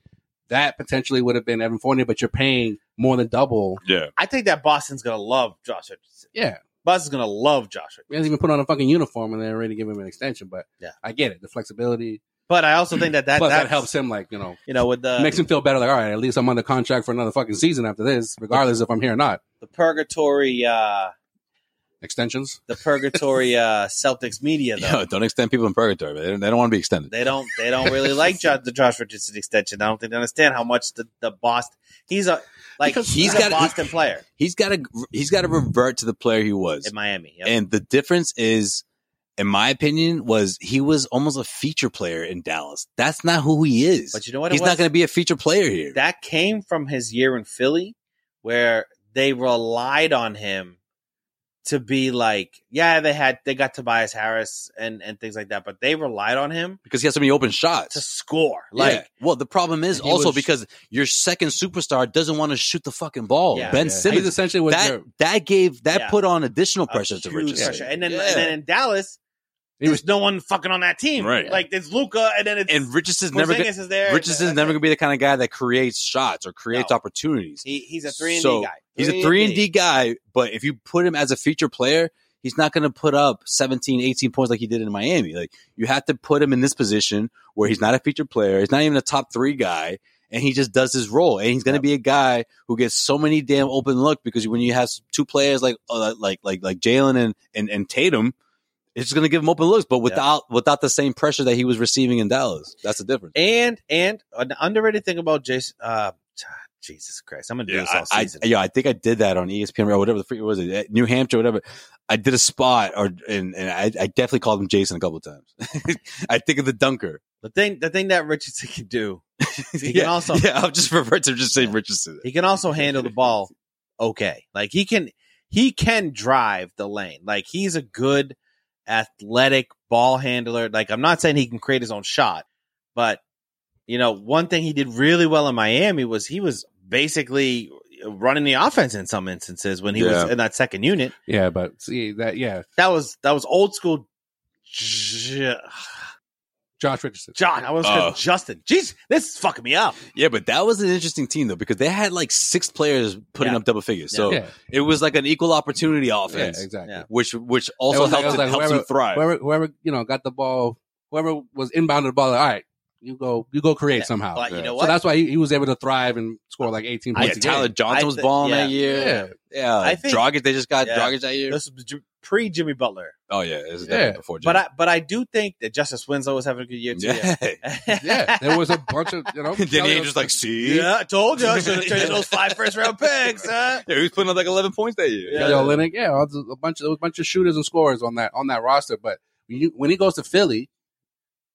Speaker 3: that potentially would have been Evan Fournier, but you're paying more than double.
Speaker 2: Yeah,
Speaker 4: I think that Boston's gonna love Josh Richardson.
Speaker 3: Yeah,
Speaker 4: Boston's gonna love Josh Richardson.
Speaker 3: he hasn't even put on a fucking uniform, and they already give him an extension. But
Speaker 4: Yeah.
Speaker 3: I get it, the flexibility,
Speaker 4: But I also think that that,
Speaker 3: plus that
Speaker 4: that's- uh,
Speaker 3: helps him, like you know,
Speaker 4: You know, with the
Speaker 3: makes him feel better. Like, all right, at least I'm under contract for another fucking season after this, regardless if I'm here or not.
Speaker 4: the purgatory, uh
Speaker 3: Extensions.
Speaker 4: the purgatory uh Celtics media though.
Speaker 2: Yo, don't extend people in purgatory. man. They don't, they don't want to be extended.
Speaker 4: They don't. They don't really like Josh, the Josh Richardson extension. I don't think they understand how much the the Boston. He's a like
Speaker 2: Because
Speaker 4: he's
Speaker 2: he's
Speaker 4: a
Speaker 2: got-
Speaker 4: Boston player
Speaker 2: He's got to he's got to revert to the player he was,
Speaker 4: in Miami. Yep.
Speaker 2: and the difference is, in my opinion, was he was almost a feature player in Dallas. That's not who he is.
Speaker 4: But you know what it
Speaker 2: He's
Speaker 4: was?
Speaker 2: not going to be a feature player here.
Speaker 4: that came from his year in Philly, where they relied on him to be like, yeah, they had they got Tobias Harris and and things like that, but they relied on him
Speaker 2: because he has so many open
Speaker 4: to
Speaker 2: shots.
Speaker 4: score.
Speaker 2: Like,
Speaker 4: Like,
Speaker 2: well, the problem is
Speaker 3: And he
Speaker 2: also
Speaker 3: was-
Speaker 2: because your second superstar doesn't want to shoot the fucking ball.
Speaker 4: Yeah.
Speaker 2: ben
Speaker 3: Yeah. He's
Speaker 2: Simmons,
Speaker 3: essentially what
Speaker 2: that
Speaker 3: you're-
Speaker 2: that gave that
Speaker 4: Yeah.
Speaker 2: put on additional
Speaker 4: a
Speaker 2: pressure to
Speaker 4: Uh, huge
Speaker 2: Richardson.
Speaker 4: pressure. And then
Speaker 2: Yeah.
Speaker 4: and then in Dallas,
Speaker 3: he was
Speaker 4: there's no one fucking on that team.
Speaker 2: Right.
Speaker 4: Like there's Luca, and then it's
Speaker 2: and Richardson's never
Speaker 4: Porzingis
Speaker 2: gonna,
Speaker 4: is there.
Speaker 2: Richardson's
Speaker 4: That's
Speaker 2: never
Speaker 4: it.
Speaker 2: going to be the kind of guy that creates shots or creates
Speaker 4: No.
Speaker 2: opportunities.
Speaker 4: He, he's a three and
Speaker 2: So,
Speaker 4: D guy.
Speaker 2: He's a 3 and D guy, but if you put him as a feature player, he's not going to put up 17, 18 points like he did in Miami. Like you have to put him in this position where he's not a feature player, he's not even a top 3 guy. And he just does his role, and he's going to be a guy who gets so many damn open look because when you have two players like uh, like like like Jalen and, and and Tatum, it's just going to give him open looks, but without without the same pressure that he was receiving in Dallas. That's the difference.
Speaker 4: And and an underrated thing about Jason. Uh, Jesus Christ, I'm gonna do this all
Speaker 2: I,
Speaker 4: season.
Speaker 2: I, yeah, I think I did that on E ESPN or whatever the freak was it, eh, New Hampshire, whatever. I did a spot, or and, and I, I definitely called him Jason a couple of times. I think of the dunker.
Speaker 4: the thing, the thing that Richardson can do, He
Speaker 2: yeah,
Speaker 4: can also-
Speaker 2: yeah, I'll just revert to just saying Richardson.
Speaker 4: he can also handle the ball. Okay, like he can, he can drive the lane. Like he's a good athletic ball handler. Like I'm not saying he can create his own shot, but you know, one thing he did really well in Miami was he was basically running the offense in some instances when he
Speaker 2: Yeah.
Speaker 4: was in that second unit.
Speaker 3: yeah, but see that yeah,
Speaker 4: That was that was old school. J-
Speaker 3: Josh Richardson.
Speaker 4: John, I was
Speaker 2: Oh.
Speaker 4: Justin. Jeez, this is fucking me up.
Speaker 2: Yeah, but that was an interesting team though because they had like six players putting
Speaker 4: Yeah.
Speaker 2: up double figures,
Speaker 4: Yeah.
Speaker 2: so
Speaker 3: yeah,
Speaker 2: it was like an equal opportunity
Speaker 3: yeah,
Speaker 2: offense,
Speaker 3: exactly.
Speaker 4: Yeah.
Speaker 2: which which
Speaker 3: It
Speaker 2: also
Speaker 3: was
Speaker 2: helps
Speaker 3: like- it was
Speaker 2: it
Speaker 3: like
Speaker 2: helps them thrive.
Speaker 3: whoever whoever you know got the ball, whoever was inbounded the ball, like, all right, you go, you go create
Speaker 4: Yeah,
Speaker 3: somehow.
Speaker 4: But you
Speaker 2: Yeah.
Speaker 4: know
Speaker 3: So
Speaker 4: what?
Speaker 3: that's why he, he was able to thrive and score like 18
Speaker 2: yeah,
Speaker 3: points. a
Speaker 2: Tyler
Speaker 3: game.
Speaker 2: Johnson
Speaker 4: I
Speaker 2: was
Speaker 4: thi-
Speaker 2: balling that
Speaker 4: yeah.
Speaker 2: year.
Speaker 3: Yeah.
Speaker 2: Yeah,
Speaker 4: I think-
Speaker 2: Dragic they just got
Speaker 4: Yeah.
Speaker 2: Dragic that year.
Speaker 4: This was pre Jimmy Butler,
Speaker 2: oh yeah, it was
Speaker 3: Yeah.
Speaker 2: definitely before.
Speaker 4: but
Speaker 2: Jimmy.
Speaker 4: I but I do think that Justice Winslow was having a good year too. Yeah,
Speaker 2: yeah.
Speaker 3: yeah, there was a bunch of you know.
Speaker 2: then
Speaker 3: Kelly
Speaker 2: he
Speaker 3: was-
Speaker 2: just like, see,
Speaker 4: Yeah, I told you I should have traded those five first round picks. Huh?
Speaker 2: Yeah, he was putting up like 11 points that year.
Speaker 3: Kelly Olynyk, yeah, all the- a bunch of there was a bunch of shooters and scorers on that on that roster. But when you when he goes to Philly,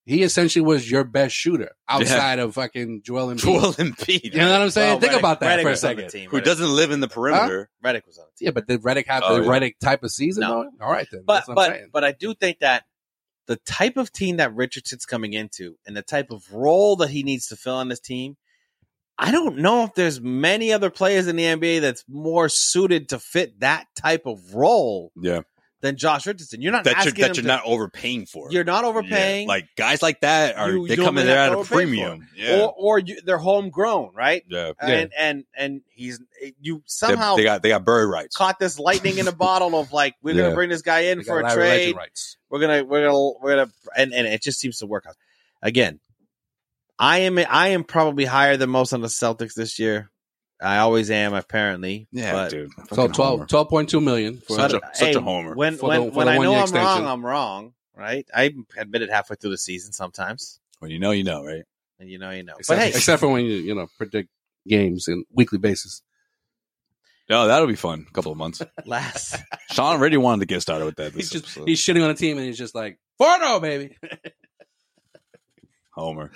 Speaker 3: he essentially was your best shooter outside of fucking Joel Embiid.
Speaker 2: Joel Embiid,
Speaker 3: You know what I'm saying?
Speaker 4: Well,
Speaker 3: Think
Speaker 4: Redick-
Speaker 3: about that
Speaker 4: Redick
Speaker 3: for a
Speaker 4: was on the
Speaker 3: second.
Speaker 4: team.
Speaker 2: who
Speaker 4: Redick-
Speaker 2: doesn't live in the perimeter.
Speaker 4: Redick was on the team.
Speaker 3: Yeah, but did Redick have
Speaker 2: Oh,
Speaker 3: the
Speaker 2: yeah.
Speaker 3: Redick type of season?
Speaker 4: No.
Speaker 3: though? All right then.
Speaker 4: But
Speaker 3: That's what I'm saying.
Speaker 4: but but I do think that the type of team that Richardson's coming into and the type of role that he needs to fill on this team, I don't know if there's many other players in the NBA that's more suited to fit that type of role
Speaker 2: Yeah,
Speaker 4: than Josh Richardson. You're not
Speaker 2: that you're,
Speaker 4: asking
Speaker 2: that
Speaker 4: him
Speaker 2: you're
Speaker 4: to-
Speaker 2: not overpaying for.
Speaker 4: you're not overpaying.
Speaker 2: Yeah. Like guys like that are
Speaker 4: You-
Speaker 2: they
Speaker 4: you
Speaker 2: come in
Speaker 4: don't
Speaker 2: there
Speaker 4: have
Speaker 2: at
Speaker 4: to
Speaker 2: a
Speaker 4: overpay for
Speaker 2: premium.
Speaker 4: him.
Speaker 2: Yeah,
Speaker 4: or or you, they're homegrown, right?
Speaker 2: yeah.
Speaker 4: And and and he's you
Speaker 2: They,
Speaker 4: somehow
Speaker 2: they got they got bird rights.
Speaker 4: caught this lightning in a bottle of like we're
Speaker 2: Yeah.
Speaker 4: gonna bring this guy in
Speaker 3: They got
Speaker 4: for a
Speaker 3: Larry
Speaker 4: trade.
Speaker 3: Legend rights.
Speaker 4: We're gonna we're gonna we're gonna and and it just seems to work out. Again, I am I am probably higher than most on the Celtics this year. I always am apparently.
Speaker 2: Yeah,
Speaker 4: but-
Speaker 2: dude.
Speaker 3: So
Speaker 2: Fucking
Speaker 3: 12,
Speaker 2: homer.
Speaker 3: 12.2 million for
Speaker 2: Such
Speaker 4: but,
Speaker 2: a- such a homer.
Speaker 4: When
Speaker 3: For
Speaker 4: when
Speaker 3: the- for
Speaker 4: when
Speaker 3: the
Speaker 4: I know
Speaker 3: one-year
Speaker 4: I'm
Speaker 3: extension.
Speaker 4: wrong, I'm wrong. Right? I admit it halfway through the season sometimes,
Speaker 2: When you know, you know, right?
Speaker 4: and you know you know.
Speaker 3: except,
Speaker 4: but hey,
Speaker 3: except for when you you know predict games in weekly basis.
Speaker 2: No, Oh, that'll be fun. A couple of months.
Speaker 4: last
Speaker 2: Sean already wanted to get started with that. This
Speaker 3: He's just
Speaker 2: episode.
Speaker 3: he's shitting on a team and he's just like Forno, baby.
Speaker 2: Homer.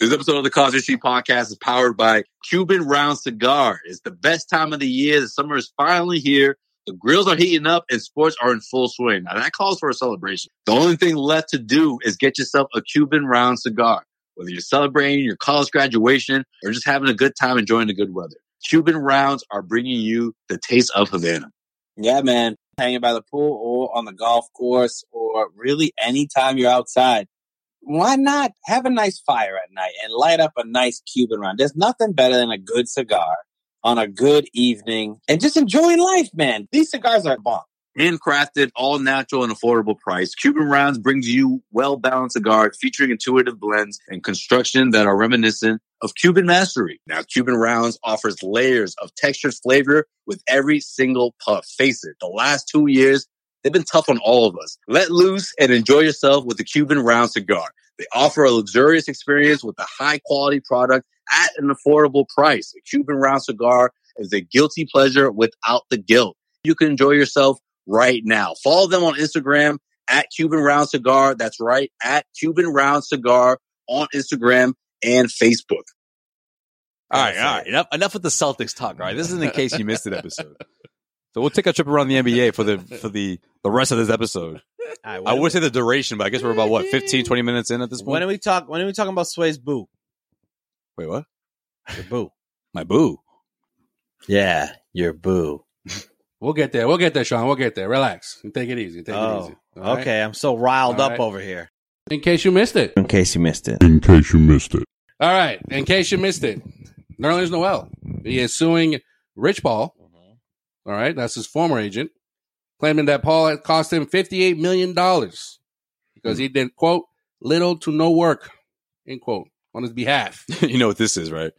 Speaker 5: This episode of the Cosby Street Podcast is powered by Cuban Round Cigar. It's the best time of the year. The summer is finally here,
Speaker 2: The grills are heating up and sports are in full swing. Now that calls for a celebration. The only thing left to do is get yourself a Cuban round cigar. Whether you're celebrating your college graduation or just having a good time enjoying the good weather, Cuban rounds are bringing you the taste of Havana.
Speaker 6: Yeah, man. Hanging by the pool or on the golf course or really anytime you're outside. Why not have a nice fire at night and light up a nice Cuban round? There's nothing better than a good cigar on a good evening and just enjoying life, man. These cigars are bomb.
Speaker 2: Handcrafted, all natural, and affordable price, Cuban Rounds brings you well balanced cigars featuring intuitive blends and construction that are reminiscent of Cuban mastery. Now, Cuban Rounds offers layers of textured flavor with every single puff. Face it, the last two years, they've been tough on all of us. Let loose and enjoy yourself with the Cuban Round cigar. They offer a luxurious experience with a high quality product at an affordable price. A Cuban Round cigar is a guilty pleasure without the guilt. You can enjoy yourself right now. Follow them on Instagram at Cuban Round Cigar. That's right, at Cuban Round Cigar on Instagram and Facebook.
Speaker 7: All right, all right. Enough, enough with the Celtics talk. All right, this isn't in case you missed an episode. So we'll take a trip around the NBA for the for the the rest of this episode.
Speaker 4: All right,
Speaker 7: I
Speaker 4: when,
Speaker 7: would say the duration, but I guess we're about what 15, 20 minutes in at this
Speaker 4: when
Speaker 7: point.
Speaker 4: are we talk? When are we talking about Sway's boo?
Speaker 7: Wait, what?
Speaker 4: Your boo.
Speaker 7: My boo.
Speaker 4: yeah, your boo.
Speaker 3: We'll get there. We'll get there, Sean. We'll get there. Relax. You Take it easy. You Take it
Speaker 4: Oh,
Speaker 3: easy. All right?
Speaker 4: okay. I'm so riled
Speaker 3: All
Speaker 4: up
Speaker 3: right.
Speaker 4: over here.
Speaker 3: In case you missed it.
Speaker 4: In case you missed it,
Speaker 8: In case you missed it.
Speaker 3: All right. In case you missed it, Nerlens Noel. He is suing Rich Paul.
Speaker 4: Mm-hmm.
Speaker 3: All right. That's his former agent, claiming that Paul had cost him $58 million because
Speaker 4: Hmm.
Speaker 3: he did, quote, little to no work, end quote, on his behalf.
Speaker 7: you know what this is, right?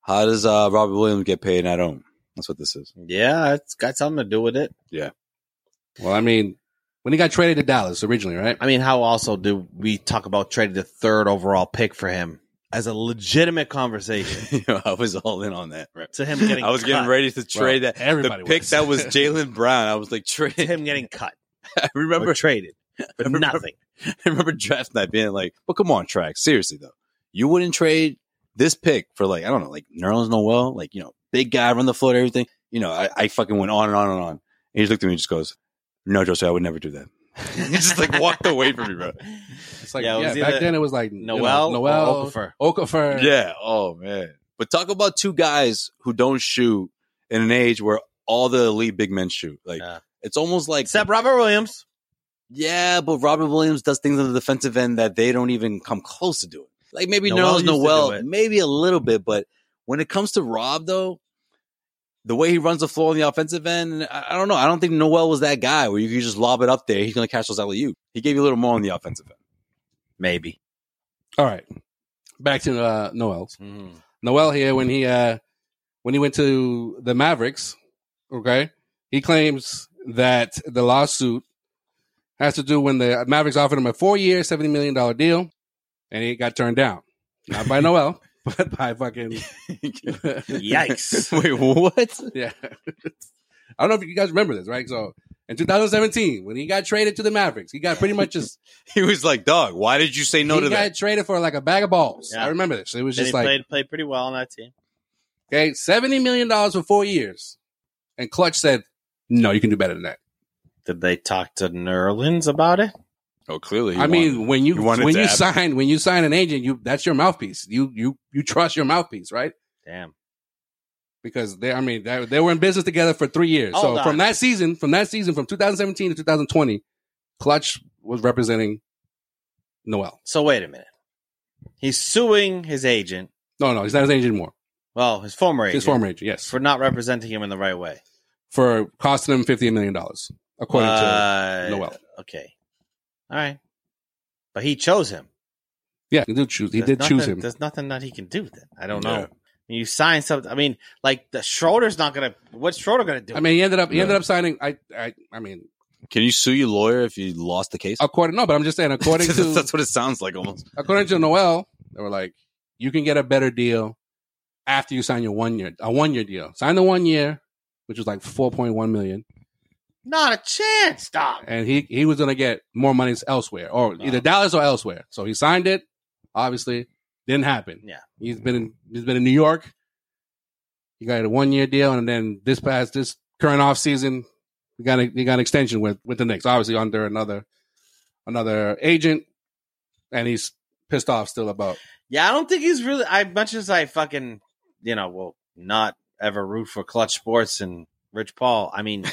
Speaker 7: How does uh, Robert Williams get paid and I don't? That's what this is.
Speaker 4: yeah, it's got something to do with it.
Speaker 3: Well, I mean, when he got traded to Dallas originally, right?
Speaker 4: I mean, how also do we talk about trading the third overall pick for him as a legitimate conversation
Speaker 7: you know, I was all in on that. Right?
Speaker 4: to him getting?
Speaker 7: I was getting
Speaker 4: cut.
Speaker 7: ready to trade that.
Speaker 3: everybody
Speaker 7: the pick
Speaker 3: was.
Speaker 7: that was Jalen Brown. I was like,
Speaker 4: to
Speaker 7: trade.
Speaker 4: him getting cut
Speaker 7: I remember,
Speaker 4: or traded for
Speaker 7: remember-
Speaker 4: nothing.
Speaker 7: I remember draft night being like, but come on, track. Seriously though, you wouldn't trade this pick for like I don't know, like Nerlens Noel, like you know, big guy, run the floor, everything. You know, I, I fucking went on and on and on. And he just looked at me and just goes, "No, Jose, I would never do that." he just like walked away from me, bro.
Speaker 3: It's like,
Speaker 4: Yeah,
Speaker 3: yeah,
Speaker 4: it was either
Speaker 3: back then it was like you know,
Speaker 4: Noel,
Speaker 3: Noel,
Speaker 4: Okafor.
Speaker 3: Okafor.
Speaker 7: Yeah. Oh man. But talk about two guys who don't shoot in an age where all the elite big men shoot. Like
Speaker 4: Yeah.
Speaker 7: it's almost like
Speaker 4: Except Robert Williams.
Speaker 7: yeah, but Robert Williams does things on the defensive end that they don't even come close to doing. Like maybe
Speaker 4: Noel
Speaker 7: Noel's
Speaker 4: used to do
Speaker 7: Noel,
Speaker 4: it.
Speaker 7: maybe a little bit, but when it comes to Rob though, the way he runs the floor on the offensive end, I, I don't know. I don't think Noel was that guy where you could just lob it up there. He's gonna catch those alley oop. He gave you a little more on the offensive end.
Speaker 4: Maybe.
Speaker 3: All right. Back to uh, Noel's.
Speaker 4: Mm-hmm.
Speaker 3: Noel here when he uh when he went to the Mavericks, okay? He claims that the lawsuit has to do when the Mavericks offered him a four year, seventy million dollar deal, and he got turned down. Not by Noel, but by fucking
Speaker 4: Yikes.
Speaker 7: Wait, what?
Speaker 3: Yeah. I don't know if you guys remember this, right? So in 2017, when he got traded to the Mavericks, he got pretty much just
Speaker 7: He was like, dog, why did you say no
Speaker 3: he
Speaker 7: to
Speaker 3: got
Speaker 7: that?
Speaker 3: traded for like a bag of balls.
Speaker 4: Yeah.
Speaker 3: I remember this. It was
Speaker 4: Then he
Speaker 3: just like
Speaker 4: played played pretty well on that team.
Speaker 3: Okay, seventy million dollars for four years, and Clutch said, "No, you can do better than that."
Speaker 4: Did they talk to Nerlens about it?
Speaker 7: Oh, clearly. he
Speaker 3: I mean,
Speaker 7: wanted-
Speaker 3: when you,
Speaker 7: he wanted
Speaker 3: when
Speaker 7: to
Speaker 3: you
Speaker 7: have-
Speaker 3: sign when you sign an agent, you that's your mouthpiece. You you you trust your mouthpiece, right?
Speaker 4: Damn.
Speaker 3: Because they, I mean, they, they were in business together for three years.
Speaker 4: Hold
Speaker 3: so
Speaker 4: on.
Speaker 3: from that season, from that season, from 2017 to 2020, Clutch was representing Noel.
Speaker 4: So wait a minute. He's suing his agent.
Speaker 3: No, no, he's not his agent anymore.
Speaker 4: Well, his former agent.
Speaker 3: His former agent, yes, for,
Speaker 4: for not representing him in the right way.
Speaker 3: costing him fifty million dollars, according
Speaker 4: Uh,
Speaker 3: to Noel.
Speaker 4: Okay. All right. But he chose him.
Speaker 3: Yeah, he did choose. He
Speaker 4: There's
Speaker 3: did
Speaker 4: nothing,
Speaker 3: choose him.
Speaker 4: There's nothing that he can do then. I don't
Speaker 7: Yeah.
Speaker 4: know. You sign something. I mean, like the Schroeder's not gonna. What's Schroeder gonna do?
Speaker 3: I mean, he ended up he
Speaker 7: Yeah.
Speaker 3: ended up signing. I I I mean,
Speaker 7: Can you sue your lawyer if you lost the case?
Speaker 3: according no, but I'm just saying according to
Speaker 7: that's what it sounds like almost.
Speaker 3: according to Noel, they were like, you can get a better deal after you sign your one year a one year deal. Sign the one year, which was like four point one million,
Speaker 4: not a chance. Stop.
Speaker 3: and he he was gonna get more money elsewhere, or either Dallas or elsewhere. So he signed it. Obviously, didn't happen.
Speaker 4: Yeah.
Speaker 3: he's been in, he's been in New York. He got a one year deal, and then this past this current off season, He got a, he got an extension with with the Knicks, obviously under another another agent, and he's pissed off still about.
Speaker 4: Yeah, I don't think he's really. I much as I fucking you know will not ever root for clutch sports and Rich Paul. I mean,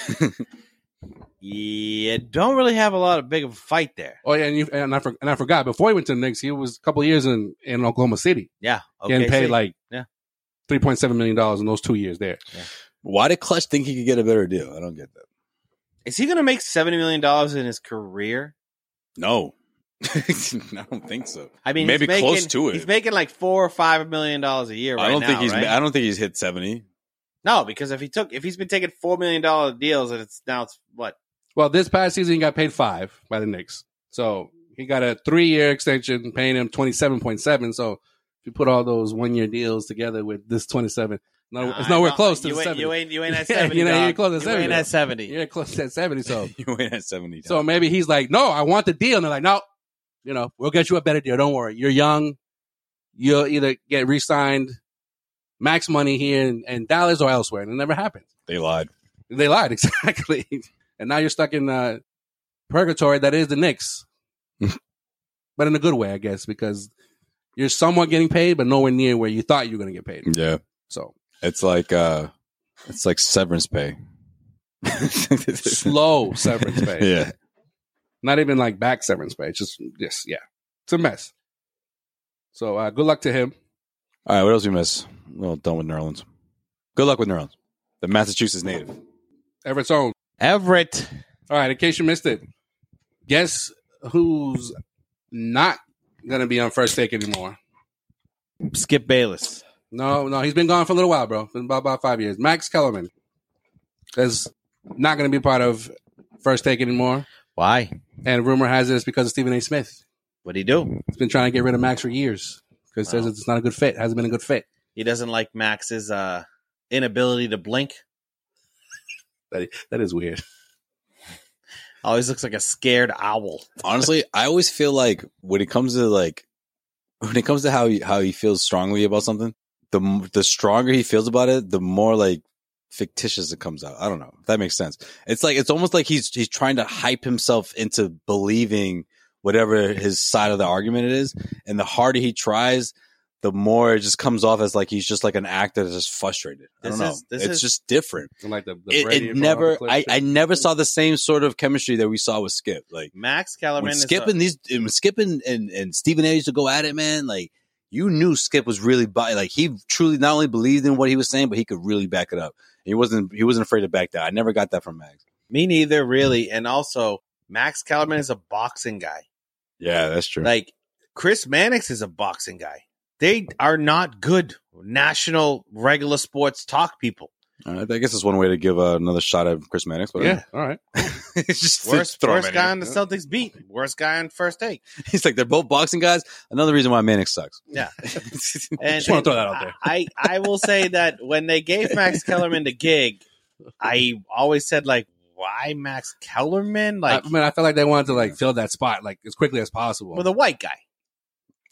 Speaker 4: you don't really have a lot of big of a fight there.
Speaker 3: Oh yeah, and you and I for, and I forgot before he went to the Knicks, he was a couple of years in in Oklahoma City,
Speaker 4: Yeah,
Speaker 3: getting paid
Speaker 4: OKC.
Speaker 3: like
Speaker 4: Yeah.
Speaker 3: three point seven million dollars in those two years there.
Speaker 7: Why did Clutch think he could get a better deal? I don't get that.
Speaker 4: is he going to make seventy million dollars in his career?
Speaker 7: No, I don't think so.
Speaker 4: I mean,
Speaker 7: maybe
Speaker 4: he's making,
Speaker 7: close to it.
Speaker 4: He's making like four or five million dollars a year. Right
Speaker 7: I don't
Speaker 4: now,
Speaker 7: think he's.
Speaker 4: right?
Speaker 7: I don't think he's hit seventy.
Speaker 4: no, because if he took, if he's been taking four million dollar deals, and it's now it's what
Speaker 3: Well, this past season he got paid five by the Knicks, so he got a three year extension, paying him twenty seven point seven. So if you put all those one year deals together with this twenty seven, no,
Speaker 4: Nah,
Speaker 3: it's nowhere
Speaker 4: Uh, no,
Speaker 3: close to
Speaker 4: you
Speaker 3: the
Speaker 4: ain't-
Speaker 3: seventy.
Speaker 4: You ain't, you ain't at
Speaker 3: Yeah,
Speaker 4: seventy.
Speaker 3: you know, you
Speaker 4: dog.
Speaker 3: ain't close to 70,
Speaker 4: ain't
Speaker 3: though.
Speaker 4: at seventy.
Speaker 3: You're close to seventy, so
Speaker 7: you ain't at seventy.
Speaker 3: so maybe he's like, no, I want the deal, and they're like, no, you know, we'll get you a better deal. Don't worry, you're young. You'll either get re signed, max money here in, in Dallas or elsewhere, and it never happened.
Speaker 7: they lied.
Speaker 3: They lied exactly, and now you're stuck in uh, purgatory. That is the Knicks, but in a good way, I guess, because you're somewhat getting paid, but nowhere near where you thought you were going to get paid.
Speaker 7: Yeah,
Speaker 3: So
Speaker 7: it's like uh, it's like severance pay.
Speaker 3: slow severance pay,
Speaker 7: Yeah,
Speaker 3: not even like back severance pay. It's just yes, yeah, it's a mess. So uh, good luck to him.
Speaker 7: All right, what else we miss? Well, done with New Orleans. Good luck with New Orleans. The Massachusetts native.
Speaker 3: Everett's own.
Speaker 4: Everett.
Speaker 3: All right, in case you missed it, guess who's not gonna be on first take anymore?
Speaker 4: Skip Bayless.
Speaker 3: No, no, he's been gone for a little while, bro. Been about, about five years. Max Kellerman is not gonna be part of first take anymore.
Speaker 4: Why?
Speaker 3: And rumor has it it's because of Stephen A. Smith.
Speaker 4: What'd he
Speaker 7: Mm-hmm.
Speaker 4: do?
Speaker 3: He's been trying to get rid of Max for years because says
Speaker 4: Wow.
Speaker 3: it's not a good fit. Hasn't been a good fit.
Speaker 4: He doesn't like Max's uh, inability to blink.
Speaker 3: That that is weird.
Speaker 4: Always looks like a scared owl.
Speaker 7: Honestly, I always feel like when it comes to like when it comes to how he, how he feels strongly about something, the m- the stronger he feels about it, the more like fictitious it comes out. I don't know if that makes sense. It's like it's almost like he's he's trying to hype himself into believing whatever his side of the argument it is, and the harder he tries, the more it just comes off as like he's just like an actor that's just frustrated. I
Speaker 4: This
Speaker 7: don't know.
Speaker 4: is- this
Speaker 7: it's
Speaker 4: is-
Speaker 7: just different.
Speaker 3: And like the, the
Speaker 7: It,
Speaker 3: Brady
Speaker 7: it
Speaker 3: from
Speaker 7: never.
Speaker 3: Robert Cliff
Speaker 7: I,
Speaker 3: shit.
Speaker 7: I never saw the same sort of chemistry that we saw with Skip. Like
Speaker 4: Max
Speaker 7: when
Speaker 4: Kellerman.
Speaker 7: Skip
Speaker 4: is a-
Speaker 7: and these when Skip and, and, and Stephen A used to go at it, man, like you knew Skip was really bi- like he truly not only believed in what he was saying, but he could really back it up. He wasn't he wasn't afraid to back down. I never got that from Max.
Speaker 4: me neither, really. And also, Max Kellerman is a boxing guy.
Speaker 7: Yeah, that's true.
Speaker 4: Like Chris Mannix is a boxing guy. They are not good national regular sports talk people.
Speaker 7: I guess it's one way to give uh, another shot at Chris Mannix.
Speaker 3: yeah,
Speaker 7: Whatever.
Speaker 3: all right.
Speaker 7: Yeah, it's just
Speaker 4: Worst,
Speaker 7: throw him
Speaker 4: worst
Speaker 7: in
Speaker 4: guy
Speaker 7: there.
Speaker 4: on the Celtics beat. Worst guy on first take.
Speaker 7: He's like they're both boxing guys. Another reason why Mannix sucks.
Speaker 4: Yeah.
Speaker 3: I
Speaker 4: And,
Speaker 3: just wanna
Speaker 4: and
Speaker 3: throw that out there.
Speaker 4: I, I will say that when they gave Max Kellerman the gig, I always said like, why Max Kellerman? Like
Speaker 3: I, mean, I feel like they wanted to like fill that spot like as quickly as possible.
Speaker 4: with a white guy.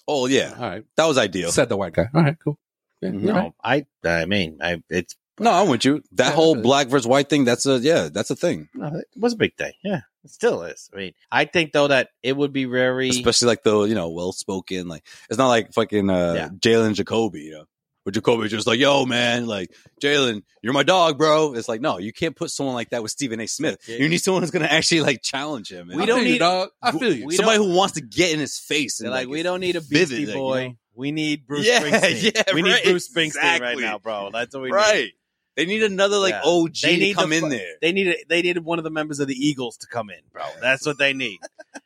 Speaker 7: oh yeah,
Speaker 3: all right,
Speaker 7: that was ideal.
Speaker 3: said the white guy. All right, cool. Yeah,
Speaker 7: Mhm.
Speaker 3: all right.
Speaker 4: No, I I mean, I it's
Speaker 7: No, I'm with you. That
Speaker 3: Yeah,
Speaker 7: whole
Speaker 3: but-
Speaker 7: black versus white thing. That's a yeah. That's a thing.
Speaker 4: no, it was a big thing. Yeah. It still is. I mean, I think though that it would be very
Speaker 7: especially like the you know well spoken like it's not like fucking uh
Speaker 4: Yeah.
Speaker 7: jalen jacoby you know where jacoby's just like yo man like jalen you're my dog bro it's like no you can't put someone like that with stephen a smith
Speaker 4: Yeah.
Speaker 7: you need someone who's gonna actually like challenge him
Speaker 3: We
Speaker 7: I
Speaker 3: don't
Speaker 7: feel
Speaker 3: need
Speaker 7: you,
Speaker 3: dog. I feel you.
Speaker 4: we
Speaker 7: somebody
Speaker 4: don't-
Speaker 7: who wants to get in his face
Speaker 4: They're
Speaker 7: and
Speaker 4: like, we don't need a
Speaker 7: vivid,
Speaker 4: Beastie
Speaker 7: like, you
Speaker 4: Boy.
Speaker 7: know?
Speaker 4: We need Bruce
Speaker 7: Yeah,
Speaker 4: Springsteen.
Speaker 7: yeah,
Speaker 4: we need
Speaker 7: right,
Speaker 4: Bruce Springsteen right
Speaker 7: exactly.
Speaker 4: now, bro. That's what we need.
Speaker 7: right they need another like
Speaker 4: Yeah.
Speaker 7: og
Speaker 4: They
Speaker 7: to
Speaker 4: need
Speaker 7: come
Speaker 4: the
Speaker 7: in
Speaker 4: fu-
Speaker 7: there
Speaker 4: They needed they needed one of the members of the Eagles to come in, bro. That's what they need.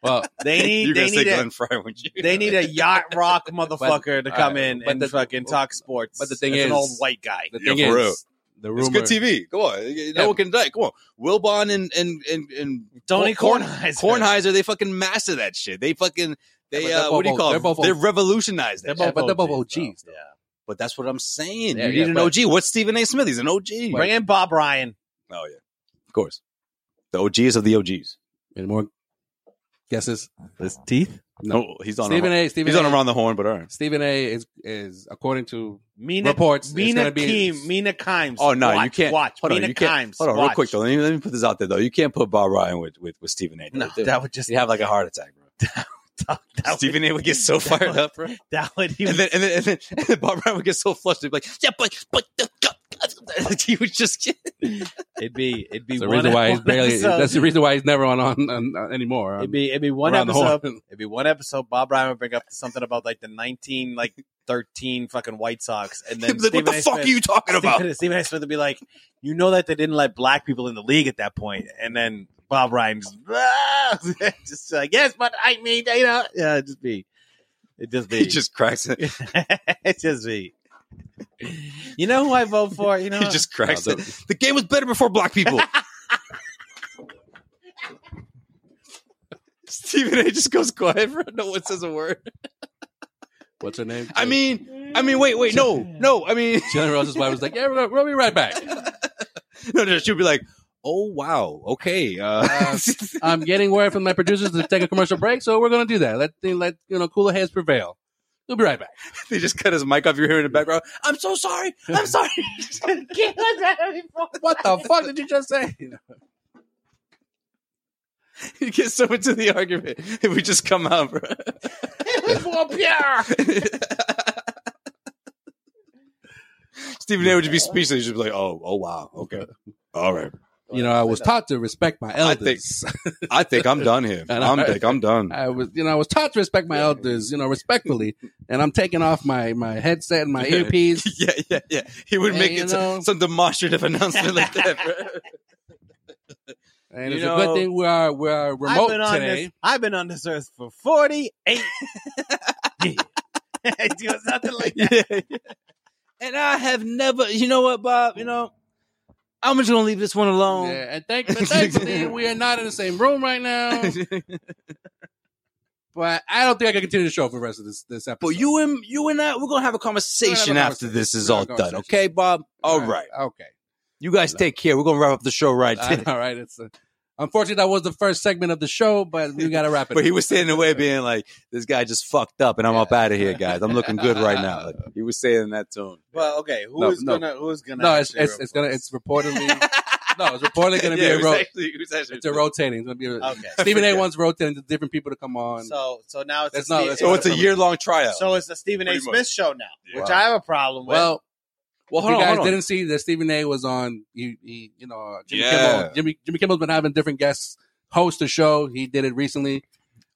Speaker 3: well,
Speaker 4: They need
Speaker 7: you're
Speaker 4: they
Speaker 7: gonna say
Speaker 4: need a,
Speaker 7: Glenn Fry, would you?
Speaker 4: they need a yacht rock motherfucker to come
Speaker 3: alright,
Speaker 4: in
Speaker 3: but
Speaker 4: and
Speaker 3: the-
Speaker 4: fucking talk sports.
Speaker 3: but the thing
Speaker 4: That's
Speaker 3: is-
Speaker 4: an old white guy.
Speaker 3: the
Speaker 7: Yeah,
Speaker 3: thing
Speaker 7: for
Speaker 3: is,
Speaker 7: real.
Speaker 3: the
Speaker 7: it's
Speaker 3: rumor.
Speaker 7: good TV. Come on, no one can die. Come on, Wilbon and and and, and
Speaker 4: Tony
Speaker 7: Korn-
Speaker 4: Kornheiser.
Speaker 7: Kornheiser, they fucking master that shit. They fucking they
Speaker 3: Yeah, but
Speaker 7: uh,
Speaker 3: they're
Speaker 7: what do you
Speaker 3: both-
Speaker 7: call
Speaker 3: they're
Speaker 7: it?
Speaker 3: both-
Speaker 7: They revolutionized that.
Speaker 3: Yeah,
Speaker 7: shit. Oh,
Speaker 3: but they're both
Speaker 4: OGs,
Speaker 3: OGs,
Speaker 4: bro.
Speaker 7: But that's what I'm saying.
Speaker 3: Yeah,
Speaker 7: you
Speaker 3: yeah,
Speaker 7: need an
Speaker 3: but-
Speaker 7: OG. What's Stephen A. Smith? He's an OG.
Speaker 4: Yeah. Bring in Bob Ryan.
Speaker 7: Oh yeah, of course. The OGs of the OGs.
Speaker 3: Any more guesses?
Speaker 4: His teeth.
Speaker 7: No, he's on.
Speaker 3: Stephen
Speaker 7: around,
Speaker 3: A. Stephen
Speaker 7: he's on
Speaker 3: A.
Speaker 7: around the horn, but all right.
Speaker 3: Stephen A. is is according to
Speaker 4: Mina
Speaker 3: Reports, it's
Speaker 4: Mina
Speaker 3: gonna be-
Speaker 4: Keem, Mina Kimes.
Speaker 7: Oh no,
Speaker 4: Watch,
Speaker 7: you can't.
Speaker 4: watch.
Speaker 7: Hold on,
Speaker 4: Mina
Speaker 7: you can't-
Speaker 4: Kimes.
Speaker 7: Hold on, real
Speaker 4: watch.
Speaker 7: quick though. Let me, let me put this out there though. You can't put Bob Ryan with with, with Stephen A.
Speaker 4: No,
Speaker 7: though.
Speaker 4: that would just
Speaker 7: you have like a heart attack, bro.
Speaker 4: that would-
Speaker 7: Stephen A. would get so
Speaker 4: that
Speaker 7: fired
Speaker 4: would-
Speaker 7: up, bro.
Speaker 4: That would he
Speaker 7: And
Speaker 4: would
Speaker 7: then, and then, and then, and then Bob Ryan would get so flushed. He'd be like, "Yeah, but, but the God." he would just get.
Speaker 4: It'd be it'd be
Speaker 3: That's the
Speaker 4: one
Speaker 3: reason why he's
Speaker 4: one
Speaker 3: barely.
Speaker 4: episode.
Speaker 3: That's the reason why he's never on on, on, on anymore. um,
Speaker 4: It'd be it'd be one
Speaker 3: Around the
Speaker 4: episode.
Speaker 3: horn.
Speaker 4: It'd be one episode. Bob Ryan would bring up something about like the nineteen like thirteen fucking White Sox, and then
Speaker 7: He'd be like, what
Speaker 4: Stephen
Speaker 7: the
Speaker 4: A.
Speaker 7: fuck
Speaker 4: Smith-
Speaker 7: are you talking about?
Speaker 4: Stephen, Stephen A. Smith would be like, you know that they didn't let black people in the league at that point, and then Bob Ryan just, "Ah!" just like yes, but I mean you know yeah, it'd just be it just be
Speaker 7: He just cracks it.
Speaker 4: it just be. You know who I vote for? You know
Speaker 7: He just cracks
Speaker 3: No,
Speaker 7: it. The game was better before black people. Stephen A. just goes quiet, bro. No one says a word.
Speaker 3: What's her name?
Speaker 7: I mean, I mean, wait, wait, no, no. I mean,
Speaker 3: Jalen Rose's wife was like, "Yeah, we'll, we'll be right back.
Speaker 7: no, no. She'll be like, "Oh wow, okay." Uh,
Speaker 3: Uh, I'm getting word from my producers to take a commercial break, so we're gonna do that. Let let you know cooler heads prevail. We'll be right back."
Speaker 7: they just cut his mic off. You're hearing in the background. I'm so sorry. I'm sorry.
Speaker 3: What the fuck did you just say?
Speaker 7: you get so into the argument. If we just come out, bro. Stephen A. would just be speechless. He'd just be like, "Oh, oh wow, okay, all right."
Speaker 3: You know, I was taught to respect my
Speaker 7: I
Speaker 3: elders.
Speaker 7: I think I'm done here.
Speaker 3: And
Speaker 7: I'm
Speaker 3: I-
Speaker 7: think I'm done.
Speaker 3: I was, you know, I was taught to respect my elders, you know, respectfully. And I'm taking off my my headset and my earpiece.
Speaker 7: yeah, yeah, yeah. He would
Speaker 3: Hey,
Speaker 7: make
Speaker 3: you
Speaker 7: it so-
Speaker 3: know-
Speaker 7: some demonstrative announcement like that. bro.
Speaker 3: And
Speaker 7: You
Speaker 3: it's
Speaker 7: know-
Speaker 3: a good thing we are we are
Speaker 4: I've
Speaker 3: remote
Speaker 4: been on
Speaker 3: today.
Speaker 4: this. I've been on this earth for forty eight. it was nothing like that.
Speaker 7: And I have never, you know what, Bob? You know, I'm just gonna leave this one alone.
Speaker 3: Yeah, and thank, but thankfully, we are not in the same room right now. But I don't think I can continue the show for the rest of this this episode.
Speaker 7: But you and you and I, we're gonna have a conversation
Speaker 3: We're gonna have a
Speaker 7: after this is
Speaker 3: We're
Speaker 7: all
Speaker 3: gonna have a
Speaker 7: done, okay, Bob? All right,
Speaker 3: okay,
Speaker 7: you guys take care. We're gonna wrap up the show right
Speaker 3: Uh,
Speaker 7: there.
Speaker 3: all right. It's uh unfortunately that was the first segment of the show, but we got to wrap it.
Speaker 7: But he
Speaker 3: up.
Speaker 7: was standing away, being like, "This guy just fucked up, and I'm
Speaker 3: Yeah.
Speaker 7: up out of here, guys. I'm looking good right now." Like, he was saying that tone.
Speaker 4: Well, okay. Who's
Speaker 3: No, no.
Speaker 4: gonna? Who's gonna?
Speaker 3: no, it's
Speaker 4: actually
Speaker 3: it's, it's gonna
Speaker 4: replace-
Speaker 3: it's reportedly no, it's reportedly gonna
Speaker 7: Yeah,
Speaker 3: be
Speaker 7: it
Speaker 3: a
Speaker 7: was Oh,
Speaker 3: ro-
Speaker 7: actually- it was actually-
Speaker 3: it's a rotating. It's gonna be a,
Speaker 4: okay.
Speaker 3: Stephen A.
Speaker 7: Yeah.
Speaker 3: wants rotating to different people to come on.
Speaker 4: So so now it's
Speaker 3: That's
Speaker 4: a
Speaker 3: not-
Speaker 4: Steve-
Speaker 3: that's
Speaker 7: So it's a
Speaker 3: Yeah.
Speaker 7: year long tryout.
Speaker 4: so it's the Stephen A.
Speaker 7: Pretty much.
Speaker 4: Smith show now, which
Speaker 7: Wow.
Speaker 4: I have a problem with.
Speaker 3: well,
Speaker 7: well,
Speaker 3: if you guys didn't see that Stephen A. was on. He, he you know, uh, Jimmy
Speaker 7: Yeah.
Speaker 3: Kimmel. Jimmy Jimmy Kimmel's been having different guests host the show. He did it recently.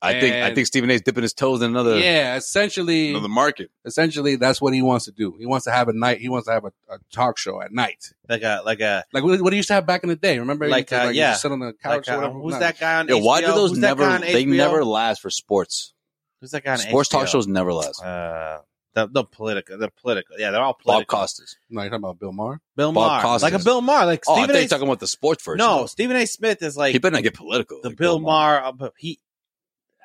Speaker 7: I think I
Speaker 3: And-
Speaker 7: think Stephen A's dipping his toes in another
Speaker 3: yeah, essentially,
Speaker 7: another market.
Speaker 3: essentially that's what he wants to do. He wants to have a night. He wants to have a, a talk show at night.
Speaker 4: like a like uh, a
Speaker 3: Like what what he used to have back in the day. Remember, You
Speaker 4: Like,
Speaker 3: could,
Speaker 4: uh,
Speaker 3: you
Speaker 4: yeah.
Speaker 3: just sit on the
Speaker 4: like
Speaker 3: couch. or
Speaker 4: a,
Speaker 3: whatever.
Speaker 4: who's
Speaker 3: No.
Speaker 4: that guy on?
Speaker 7: Yeah, why do
Speaker 4: HBO?
Speaker 7: those
Speaker 4: Who's that guy
Speaker 7: never
Speaker 4: on
Speaker 7: they
Speaker 4: HBO?
Speaker 7: never last for sports?
Speaker 4: Who's that guy on
Speaker 7: Sports talk
Speaker 4: HBO?
Speaker 7: shows never last.
Speaker 4: Uh, the, the political, the political, yeah, they're all
Speaker 7: Bob
Speaker 4: political.
Speaker 7: Costas.
Speaker 3: No, you're talking about Bill Maher.
Speaker 4: Bill
Speaker 7: Bob
Speaker 4: Maher,
Speaker 7: Costas.
Speaker 4: like a Bill Maher, like
Speaker 7: Oh, I
Speaker 4: Stephen
Speaker 7: think
Speaker 4: A.
Speaker 7: you're talking about the sports version.
Speaker 4: no, Stephen A. Smith is like
Speaker 7: he better not get political.
Speaker 4: the
Speaker 7: like
Speaker 4: Bill Maher. uh, but he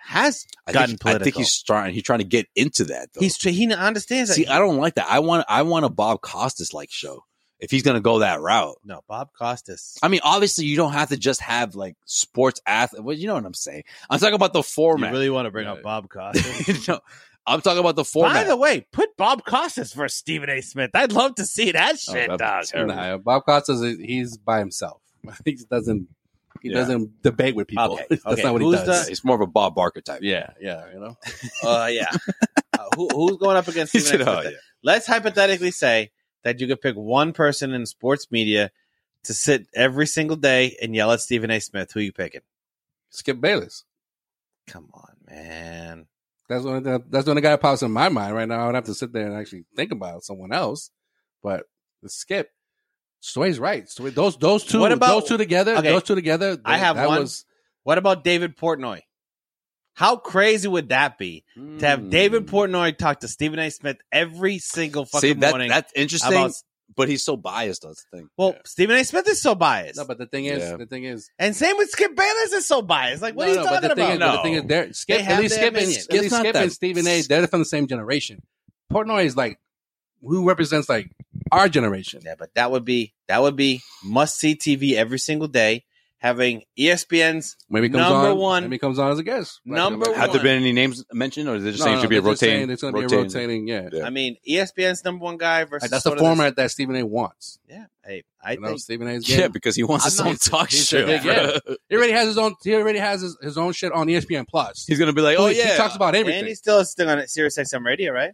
Speaker 4: has
Speaker 7: I think,
Speaker 4: gotten
Speaker 7: I think
Speaker 4: political.
Speaker 7: he's trying. He's trying to get into that. Though.
Speaker 4: he's he understands that.
Speaker 7: see, I don't like that. I want I want a Bob Costas like show. If he's gonna go that route,
Speaker 4: no, Bob Costas.
Speaker 7: I mean, obviously you don't have to just have like sports athlete. Well, you know what I'm saying. I'm talking about the
Speaker 4: You
Speaker 7: format.
Speaker 4: really want to bring up Bob Costas?
Speaker 7: no, I'm talking about the format.
Speaker 4: By the way, put Bob Costas for Stephen A. Smith. I'd love to see that
Speaker 7: Oh,
Speaker 4: shit,
Speaker 7: that'd be
Speaker 4: dog.
Speaker 7: terrible.
Speaker 3: Nah, Bob Costas, is- he's by himself. he doesn't. He
Speaker 7: Yeah.
Speaker 3: doesn't debate with people.
Speaker 4: Okay,
Speaker 3: That's
Speaker 4: okay.
Speaker 3: not what
Speaker 4: Who's
Speaker 3: he
Speaker 7: Yeah,
Speaker 3: does.
Speaker 4: the-
Speaker 7: he's more of a Bob Barker type.
Speaker 3: yeah, yeah, you know.
Speaker 4: Uh, yeah. Uh, who, who's going up against
Speaker 7: He
Speaker 4: Stephen
Speaker 7: said,
Speaker 4: A.
Speaker 7: "Oh
Speaker 4: Smith?
Speaker 7: yeah."
Speaker 4: Let's hypothetically say that you could pick one person in sports media to sit every single day and yell at Stephen A. Smith. Who you picking?
Speaker 3: Skip Bayless.
Speaker 4: Come on, man.
Speaker 3: That's the only that, that's the only guy that pops in my mind right now. I would have to sit there and actually think about someone else. But the skip, Sway's right. Sway, those those two,
Speaker 4: What about-
Speaker 3: those two together,
Speaker 4: okay.
Speaker 3: those two together.
Speaker 4: I have
Speaker 3: that
Speaker 4: one.
Speaker 3: Was,
Speaker 4: What about David Portnoy? How crazy would that be to
Speaker 7: Hmm.
Speaker 4: have David Portnoy talk to Stephen A. Smith every single fucking
Speaker 7: See that
Speaker 4: morning
Speaker 7: that's interesting,
Speaker 4: about?
Speaker 7: but he's so biased. That's the thing.
Speaker 4: Well,
Speaker 3: Yeah.
Speaker 4: Stephen A. Smith is so biased,
Speaker 3: no, but the thing is,
Speaker 7: Yeah.
Speaker 3: the thing is,
Speaker 4: and same with Skip Bayless is so biased. Like, what
Speaker 3: no,
Speaker 4: are you
Speaker 3: no,
Speaker 4: talking
Speaker 3: but the
Speaker 4: about?
Speaker 3: Thing is, but the thing is, they're, skip,
Speaker 4: have
Speaker 3: at least
Speaker 4: their
Speaker 3: Skip and,
Speaker 4: opinion.
Speaker 3: at least
Speaker 7: It's not
Speaker 3: skip
Speaker 7: that-
Speaker 3: and Stephen A. They're from the same generation. Portnoy is like who represents like our generation.
Speaker 4: Yeah, but that would be that would be must see TV every single day. having E ESPN's
Speaker 3: Maybe he comes
Speaker 4: Number
Speaker 3: on.
Speaker 4: one.
Speaker 3: Maybe he comes on as a guest.
Speaker 4: Number
Speaker 7: Have there
Speaker 4: one.
Speaker 7: been any names mentioned, or is it just
Speaker 3: No,
Speaker 7: saying
Speaker 3: no,
Speaker 7: it should be a
Speaker 3: they're just saying
Speaker 7: rotating?
Speaker 3: It's going to be a
Speaker 7: rotating-
Speaker 3: rotating. Yeah,
Speaker 7: Yeah.
Speaker 4: I mean, E ESPN's number one guy versus
Speaker 3: Like, that's the
Speaker 4: sort of this-
Speaker 3: format that Stephen A. wants.
Speaker 4: yeah, hey, I
Speaker 3: You know,
Speaker 4: think
Speaker 3: Stephen A's game.
Speaker 7: Yeah, because he wants
Speaker 3: I'm
Speaker 7: his
Speaker 3: not-
Speaker 7: own talk
Speaker 3: he's
Speaker 7: show.
Speaker 3: a big- yeah. He already has his own. He already has his, his own shit on E ESPN Plus.
Speaker 7: He's gonna be like, oh
Speaker 3: he,
Speaker 7: yeah,
Speaker 3: he talks about everything.
Speaker 4: and he's still still on Sirius XM radio, right?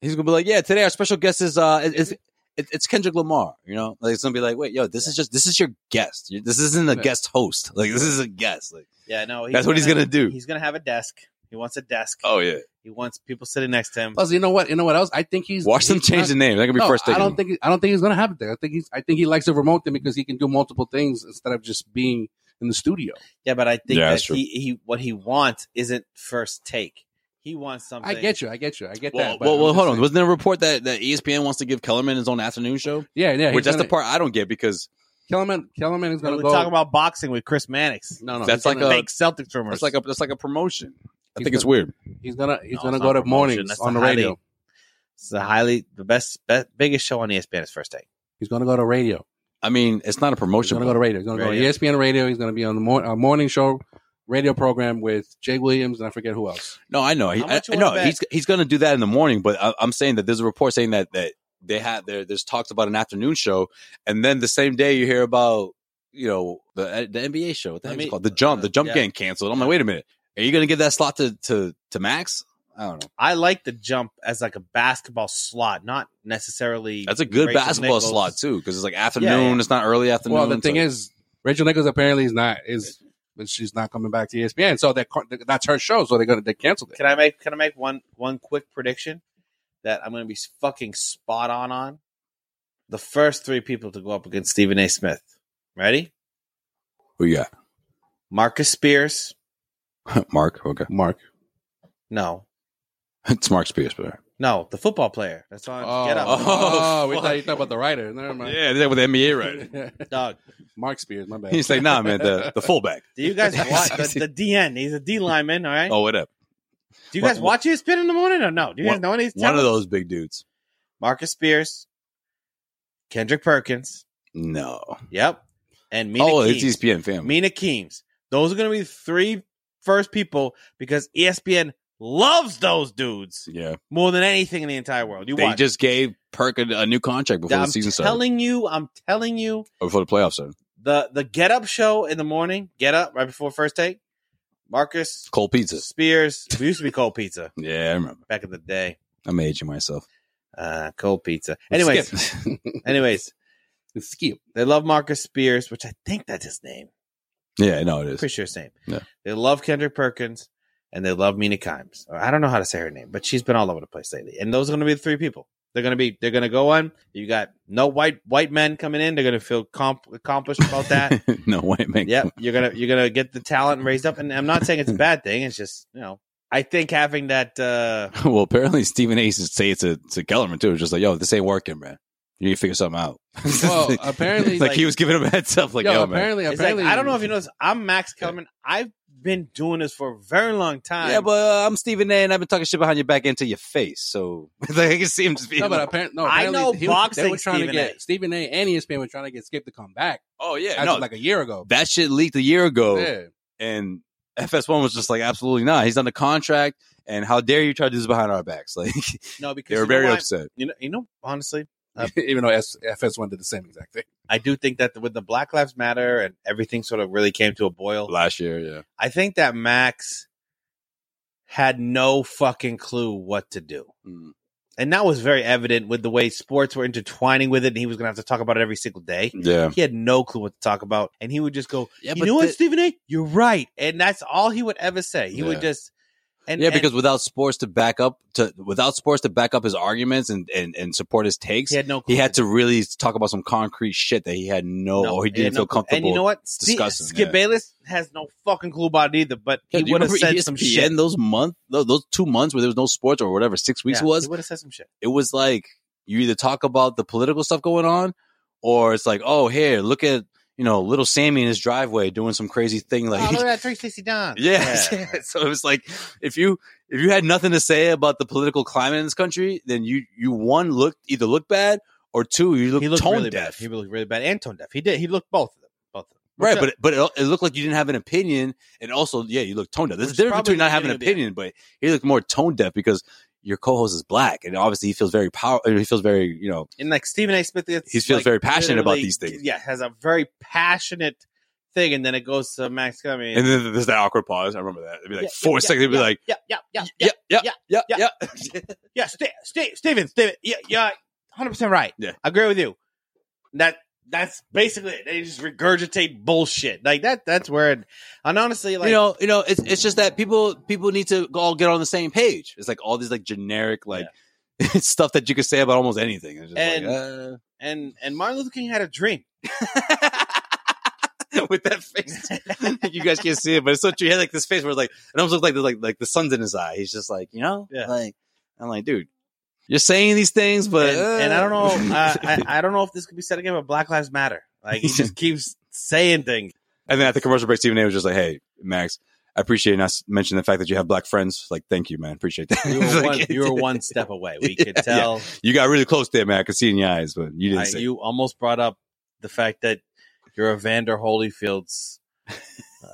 Speaker 7: he's gonna be like, yeah. Today our special guest is uh, is, it, it's Kendrick Lamar. You know, like it's gonna be like, wait, yo, this is just this is your guest. You- This isn't a
Speaker 3: Yeah.
Speaker 7: guest host. Like this is a guest. Like,
Speaker 4: Yeah, no,
Speaker 7: That's what he's gonna do.
Speaker 4: He's gonna have a desk. He wants a desk.
Speaker 7: oh yeah.
Speaker 4: He wants people sitting next to him.
Speaker 3: Plus, you know what? You know what else? I think he's
Speaker 7: Watch them
Speaker 3: he's
Speaker 7: change
Speaker 3: not-
Speaker 7: the name. That could be
Speaker 3: No,
Speaker 7: first.
Speaker 3: I
Speaker 7: taken.
Speaker 3: don't think I don't think he's gonna have it there. I think he's I think he likes the remote thing because he can do multiple things instead of just being in the studio.
Speaker 4: Yeah, but I think
Speaker 7: Yeah,
Speaker 4: that
Speaker 7: that's true.
Speaker 4: he, he what he wants isn't first take. He wants something.
Speaker 3: I get you. I get you. I get
Speaker 7: Well,
Speaker 3: that. but
Speaker 7: well,
Speaker 3: I'm
Speaker 7: well
Speaker 3: just
Speaker 7: hold on.
Speaker 3: saying-
Speaker 7: Wasn't there a report that, that E ESPN wants to give Kellerman his own afternoon show?
Speaker 3: Yeah, yeah. he's
Speaker 7: Which that's the
Speaker 3: gonna-
Speaker 7: part I don't get because
Speaker 3: Kellerman Kellerman is
Speaker 4: We're
Speaker 3: gonna go.
Speaker 4: talking about boxing with Chris Mannix.
Speaker 3: no, no.
Speaker 7: That's
Speaker 3: he's
Speaker 7: like
Speaker 3: gonna-
Speaker 7: a-
Speaker 4: Fake Celtics rumors.
Speaker 7: that's like a that's like a promotion. I
Speaker 3: He's
Speaker 7: think it's
Speaker 3: gonna-
Speaker 7: weird.
Speaker 3: he's gonna he's
Speaker 4: No,
Speaker 3: gonna
Speaker 4: it's
Speaker 3: go
Speaker 4: not
Speaker 3: to
Speaker 4: promotion.
Speaker 3: mornings
Speaker 4: That's
Speaker 3: on
Speaker 4: the
Speaker 3: the radio.
Speaker 4: highly- it's the highly the best, best biggest show on E ESPN is first take.
Speaker 3: He's gonna go to radio.
Speaker 7: I mean, it's not a
Speaker 3: He's
Speaker 7: promotion.
Speaker 3: gonna go to E radio. He's gonna
Speaker 4: Radio.
Speaker 3: go to ESPN radio. He's gonna be on the mor- uh, morning show radio program with Jay Williams and I forget who else.
Speaker 7: No, I know. He,
Speaker 4: How
Speaker 7: I,
Speaker 4: much you wanna
Speaker 7: no,
Speaker 4: bet?
Speaker 7: he's he's going to do that in the morning. But I, I'm saying that there's a report saying that that they had there. There's talks about an afternoon show, and then the same day you hear about you know the the NBA show. What the
Speaker 4: Let
Speaker 7: heck is
Speaker 4: me-
Speaker 7: it called? The jump. The jump
Speaker 4: Yeah.
Speaker 7: getting canceled. I'm like, wait a minute. Are you going to give that slot to to to Max? I don't know.
Speaker 4: I like the jump as like a basketball slot, not necessarily.
Speaker 7: That's a good
Speaker 4: Rachel
Speaker 7: basketball
Speaker 4: Nichols.
Speaker 7: slot too, because it's like afternoon. It's not early afternoon.
Speaker 3: Well, the thing
Speaker 7: so-
Speaker 3: is, Rachel Nichols apparently is not is but she's not coming back to E ESPN, so that that's her show. So they're gonna they canceled it.
Speaker 4: Can I make can I make one one quick prediction that I'm going to be fucking spot on on? The first three people to go up against Stephen A. Smith. Ready?
Speaker 7: who you
Speaker 4: Marcus Spears.
Speaker 7: got? Mark. Okay,
Speaker 3: Mark,
Speaker 4: No,
Speaker 7: it's Mark Spears. But
Speaker 4: no, the football player. That's on. Get up,
Speaker 7: Oh,
Speaker 3: Oh, we
Speaker 7: fuck.
Speaker 3: thought you thought about the writer. Never mind.
Speaker 7: yeah, they're with the NBA right.
Speaker 4: dog.
Speaker 3: Mark Spears, my bad.
Speaker 7: He's like, nah, man, the the fullback.
Speaker 4: Do you guys watch the, the DN? He's a D lineman. All right.
Speaker 7: Oh, whatever.
Speaker 4: Do you guys
Speaker 7: one-
Speaker 4: watch E ESPN in the morning or no? Do you guys know any of these?
Speaker 7: One of
Speaker 4: talents?
Speaker 7: those big dudes.
Speaker 4: Marcus Spears, Kendrick Perkins.
Speaker 7: No.
Speaker 4: Yep. And Mina
Speaker 7: oh,
Speaker 4: Keams.
Speaker 7: it's ESPN family.
Speaker 4: Mina Keems. Those are going to be the three first people because E ESPN loves those dudes
Speaker 7: yeah.
Speaker 4: more than anything in the entire world. You
Speaker 7: They
Speaker 4: watch.
Speaker 7: just gave Perk a, a new contract before
Speaker 4: I'm
Speaker 7: the season started,
Speaker 4: telling you, I'm telling you,
Speaker 7: or before the playoffs started.
Speaker 4: the the get up show in the morning, get up right before first take. Marcus
Speaker 7: Cold pizza.
Speaker 4: Spears, it used to be cold pizza
Speaker 7: Yeah, I remember.
Speaker 4: back in the day.
Speaker 7: I'm aging myself.
Speaker 4: Uh, cold pizza. Anyways,
Speaker 7: Skip.
Speaker 4: anyways,
Speaker 3: Skip.
Speaker 4: they love Marcus Spears, which I think that's his name.
Speaker 7: yeah, no, it is.
Speaker 4: pretty sure his name.
Speaker 7: Yeah.
Speaker 4: They love Kendrick Perkins and they love Mina Kimes. I don't know how to say her name, but she's been all over the place lately. And those are going to be the three people. They're going to be. They're going to go on. You got no white white men coming in. They're going to feel comp- accomplished about that.
Speaker 7: no, wait, man.
Speaker 4: yep. You're gonna you're gonna get the talent raised up. And I'm not saying it's a bad thing. It's just you know I think having that. uh
Speaker 7: Well, apparently Stephen A. said say it to, to Kellerman too. It was Just like, yo, this ain't working, man. You need to figure something out.
Speaker 3: Well, apparently,
Speaker 7: like, he
Speaker 4: like-
Speaker 7: was giving him a heads up, like,
Speaker 3: yo,
Speaker 7: yo, man.
Speaker 3: apparently,
Speaker 4: it's like,
Speaker 3: apparently,
Speaker 4: I don't know if you know this. I'm Max Kellerman. I've been doing this for a very long time.
Speaker 7: Yeah, but uh, I'm Stephen A. and I've been talking shit behind your back into your face, so like I can see him just being.
Speaker 3: No, but
Speaker 7: like,
Speaker 3: apparently, no,
Speaker 4: I
Speaker 3: apparently
Speaker 4: know
Speaker 3: he was- They
Speaker 4: boxing
Speaker 3: were trying to
Speaker 4: Stephen A.
Speaker 3: get Stephen A. and E ESPN were trying to get Skip to come back.
Speaker 7: oh yeah,
Speaker 3: as
Speaker 7: no, Oh.
Speaker 3: of like a year ago.
Speaker 7: that shit leaked a year ago.
Speaker 3: Yeah.
Speaker 7: and FS1 was just like, absolutely not. He's under contract, and how dare you try to do this behind our backs? Like
Speaker 4: no, because
Speaker 7: they were
Speaker 4: you know
Speaker 7: very
Speaker 4: why?
Speaker 7: upset.
Speaker 4: You know, you know, honestly,
Speaker 7: Uh,
Speaker 3: Even though S- FS1 did the same exact thing.
Speaker 4: I do think that with the Black Lives Matter and everything sort of really came to a boil,
Speaker 7: Last year, yeah.
Speaker 4: I think that Max had no fucking clue what to do.
Speaker 7: Mm.
Speaker 4: And that was very evident with the way sports were intertwining with it, and he was going to have to talk about it every single day.
Speaker 7: Yeah.
Speaker 4: He had no clue what to talk about, and he would just go,
Speaker 7: Mm. Yeah,
Speaker 4: "You know what, Stephen A? You're right," and that's all he would ever say. He would
Speaker 7: Yeah.
Speaker 4: just, and
Speaker 7: yeah,
Speaker 4: and
Speaker 7: because without sports to back up to without sports to back up his arguments and, and, and support his takes,
Speaker 4: he had no, clue
Speaker 7: he had
Speaker 4: what
Speaker 7: to really talk about some concrete shit that he had no,
Speaker 4: No,
Speaker 7: or he didn't
Speaker 4: had no
Speaker 7: feel
Speaker 4: clue.
Speaker 7: comfortable.
Speaker 4: And you know what? Ste-
Speaker 7: discussing,
Speaker 4: Skip
Speaker 7: yeah.
Speaker 4: Bayless has no fucking clue about it either, but
Speaker 7: Yeah, do
Speaker 4: he
Speaker 7: you
Speaker 4: would have
Speaker 7: remember E
Speaker 4: said some
Speaker 7: ESPN
Speaker 4: shit.
Speaker 7: Those month, those, those two months where there was no sports or whatever, six weeks
Speaker 4: Yeah,
Speaker 7: was.
Speaker 4: he would have said some shit.
Speaker 7: it was like you either talk about the political stuff going on or it's like oh here look at you know little sammy in his driveway doing some crazy thing like
Speaker 4: oh, look at that 360 Don.
Speaker 7: yeah, yeah. so it was like if you if you had nothing to say about the political climate in this country then you you one looked either look bad or two you
Speaker 4: He
Speaker 7: look
Speaker 4: looked
Speaker 7: tone
Speaker 4: really
Speaker 7: deaf
Speaker 4: bad. He looked really bad and tone deaf. He did. He looked both of them. Both of them.
Speaker 7: Right,
Speaker 4: Which, uh,
Speaker 7: but but it, it looked like you didn't have an opinion, and also yeah, you look tone deaf. There's a
Speaker 4: Which
Speaker 7: difference
Speaker 4: probably
Speaker 7: between not
Speaker 4: the
Speaker 7: having an
Speaker 4: beginning
Speaker 7: opinion, but he looked more tone deaf because your co-host is black, and obviously he feels very power. He feels very you know
Speaker 4: and like Stephen A. Smith, it's,
Speaker 7: He feels
Speaker 4: like,
Speaker 7: very passionate about
Speaker 4: literally-
Speaker 7: these things.
Speaker 4: Yeah, has a very passionate thing, and then it goes to Max Gummy.
Speaker 7: And then there's that awkward pause. I remember that. It'd be like
Speaker 4: Yeah,
Speaker 7: four
Speaker 4: yeah,
Speaker 7: seconds. It'd be like,
Speaker 4: yeah, yeah, yeah, yeah,
Speaker 7: yeah, yeah,
Speaker 4: yeah,
Speaker 7: yeah, yeah.
Speaker 4: yeah. yeah, St- St- Steven, Steven, yeah, yeah, hundred percent right.
Speaker 7: Yeah.
Speaker 4: I agree with you. That that's basically it. They just regurgitate bullshit like that. That's where, it, and honestly, like
Speaker 7: you know, you know, it's it's just that people people need to all get on the same page. It's like all these like generic like stuff that you could say about almost anything. It's just
Speaker 4: And-
Speaker 7: like, "Ah."
Speaker 4: and and Martin Luther King had a dream.
Speaker 7: uh, with that face, you guys can't see it, but it's so true. He had like this face where it's like it almost looked like the, like like the sun's in his eye. He's just like you know,
Speaker 4: Yeah.
Speaker 7: like I'm like, dude, you're saying these things, but
Speaker 4: and, and I don't know, uh, I, I don't know if this could be said again, but Black Lives Matter. Like he just keeps saying things.
Speaker 7: And then at the commercial break, Stephen A was just like, "Hey, Max, I appreciate us mentioning the fact that you have black friends. Like, thank you, man. Appreciate that.
Speaker 4: You
Speaker 7: It's
Speaker 4: were
Speaker 7: like,
Speaker 4: one, you were one step away. We could
Speaker 7: Yeah, yeah.
Speaker 4: tell.
Speaker 7: You got really close there, man. I could see in your eyes, but you didn't
Speaker 4: I,
Speaker 7: say.
Speaker 4: you almost brought up the fact that you're Evander Holyfield's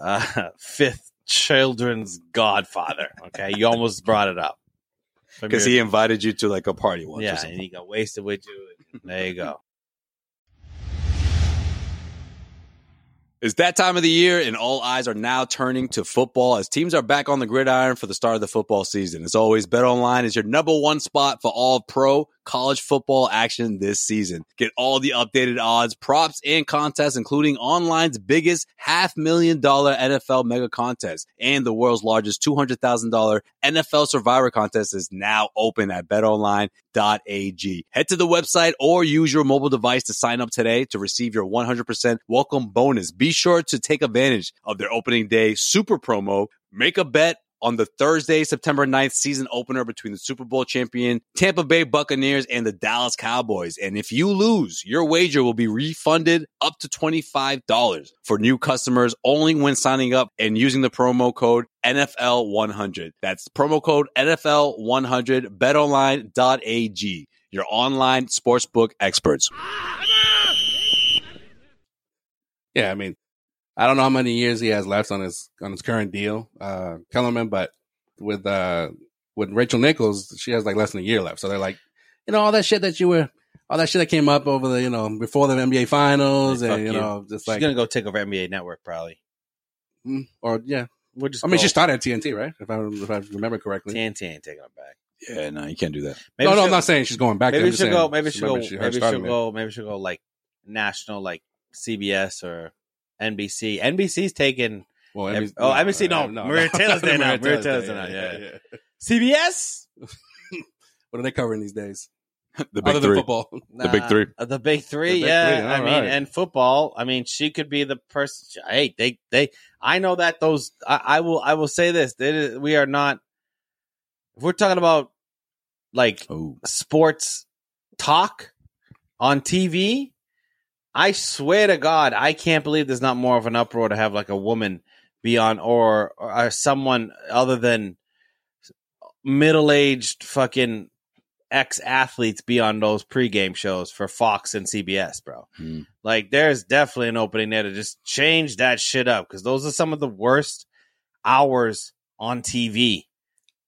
Speaker 4: uh, fifth children's godfather. Okay, you almost brought it up From
Speaker 7: because
Speaker 4: your-
Speaker 7: he invited you to like a party once. or
Speaker 4: yeah,
Speaker 7: something.
Speaker 4: and he got wasted with you. and There you go.
Speaker 7: It's that time of the year, and all eyes are now turning to football as teams are back on the gridiron for the start of the football season. As always, BetOnline is your number one spot for all pro college football action this season. Get all the updated odds, props, and contests, including online's biggest half million dollar NFL mega contest and the world's largest $200,000 NFL survivor contest is now open at BetOnline betonline.ag. Head to the website or use your mobile device to sign up today to receive your 100% welcome bonus. Be sure to take advantage of their opening day super promo. Make a bet on the Thursday, September 9th season opener between the Super Bowl champion Tampa Bay Buccaneers and the Dallas Cowboys. And if you lose, your wager will be refunded up to $25 for new customers only when signing up and using the promo code NFL100. That's promo code NFL100 betonline.ag, your online sportsbook experts.
Speaker 3: Yeah, I mean, I don't know how many years he has left on his on his current deal, uh, Kellerman, but with uh with Rachel Nichols, she has like less than a year left. So they're like, you know, all that shit that you were, all that shit that came up over the, you know, before the NBA finals,
Speaker 4: Like, fuck
Speaker 3: and you
Speaker 4: you.
Speaker 3: know, just
Speaker 4: She's
Speaker 3: like,
Speaker 4: gonna go take over NBA Network probably.
Speaker 3: mm, or yeah,
Speaker 4: We'll just.
Speaker 3: I mean,
Speaker 4: go-
Speaker 3: she started at TNT, right? If I if I remember correctly.
Speaker 4: TNT ain't taking it back.
Speaker 7: Yeah, no, you can't do that.
Speaker 4: Maybe
Speaker 3: no, no, I'm
Speaker 4: she'll-
Speaker 3: not saying she's going back. there.
Speaker 4: Maybe
Speaker 3: I'm just
Speaker 4: she'll
Speaker 3: saying
Speaker 4: go. Maybe she'll go.
Speaker 3: remember she- her
Speaker 4: Maybe she'll
Speaker 3: starting it.
Speaker 4: go. Maybe she'll go like national, like CBS or NBC. NBC's taking
Speaker 3: Well,
Speaker 4: Ev-
Speaker 3: NBC
Speaker 4: oh, NBC, no. Maria Taylor's there now. Maria Taylor's
Speaker 3: there,
Speaker 4: there now, yeah, CBS.
Speaker 3: What are they covering these days? Other
Speaker 7: The big
Speaker 3: than
Speaker 7: three.
Speaker 3: football.
Speaker 7: The big three.
Speaker 4: Uh, The big three.
Speaker 3: The big
Speaker 4: yeah,
Speaker 3: three,
Speaker 4: I
Speaker 3: all
Speaker 4: mean,
Speaker 3: right.
Speaker 4: and football. I mean, she could be the person. Hey, they, they. I know that those. I, I will. I will say this. They, we are not. If we're talking about like
Speaker 7: Oh,
Speaker 4: sports talk on TV, I swear to God, I can't believe there's not more of an uproar to have like a woman be on or or, or someone other than middle aged fucking ex athletes be on those pregame shows for Fox and CBS, bro.
Speaker 7: Hmm.
Speaker 4: Like, there's definitely an opening there to just change that shit up because those are some of the worst hours on TV.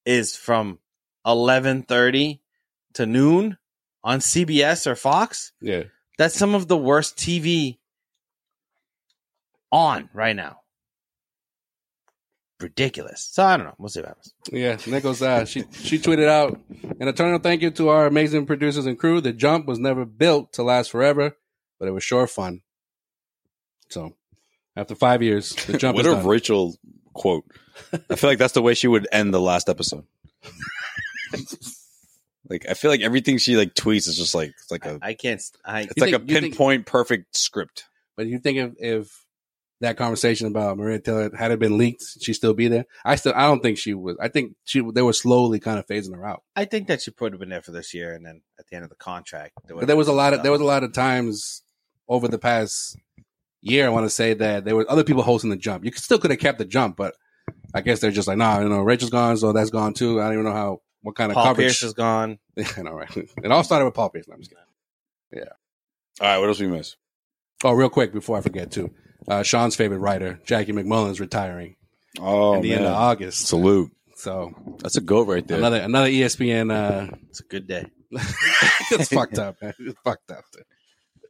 Speaker 4: Is from eleven thirty to noon on CBS or Fox.
Speaker 3: Yeah.
Speaker 4: That's some of the worst TV on right now. Ridiculous. So I don't know. We'll see what happens.
Speaker 3: Yeah, Nichols. Uh, she she tweeted out an eternal thank you to our amazing producers and crew. The jump was never built to last forever, but it was sure fun. So, after five years, the jump
Speaker 7: what
Speaker 3: is
Speaker 7: a
Speaker 3: done.
Speaker 7: Rachel quote. I feel like that's the way she would end the last episode. like, I feel like everything she like tweets is just like it's like a
Speaker 4: I can't. I
Speaker 7: it's
Speaker 3: You
Speaker 7: like
Speaker 3: think-
Speaker 7: a
Speaker 3: you think-
Speaker 7: pinpoint perfect script.
Speaker 3: but you think if, if that conversation about Maria Taylor had it been leaked, she'd still be there. I still I don't think she was. I think she they were slowly kind of phasing her out.
Speaker 4: I think that she would have been there for this year, and then at the end of the contract, they
Speaker 3: But
Speaker 4: would've-
Speaker 3: there was a lot of there was a lot of times over the past year. I want to say that there were other people hosting the jump. You could- still could have kept the jump, but I guess they're just like, nah, you know, Rachel's gone, so that's gone too. I don't even know how what kind of
Speaker 4: Paul
Speaker 3: coverage.
Speaker 4: Pierce is gone.
Speaker 3: I know, right? It all started with Paul Pierce. No, I'm just kidding.
Speaker 7: All right, what else we miss?
Speaker 3: Oh, real quick before I forget too, uh, Sean's favorite writer, Jackie McMullen's retiring
Speaker 7: Oh,
Speaker 3: at the end of
Speaker 7: man.
Speaker 3: August.
Speaker 7: Salute.
Speaker 3: So
Speaker 7: That's a goat right there.
Speaker 3: another another ESPN. Uh,
Speaker 4: It's a good day.
Speaker 3: it's fucked up. Man. It's fucked up.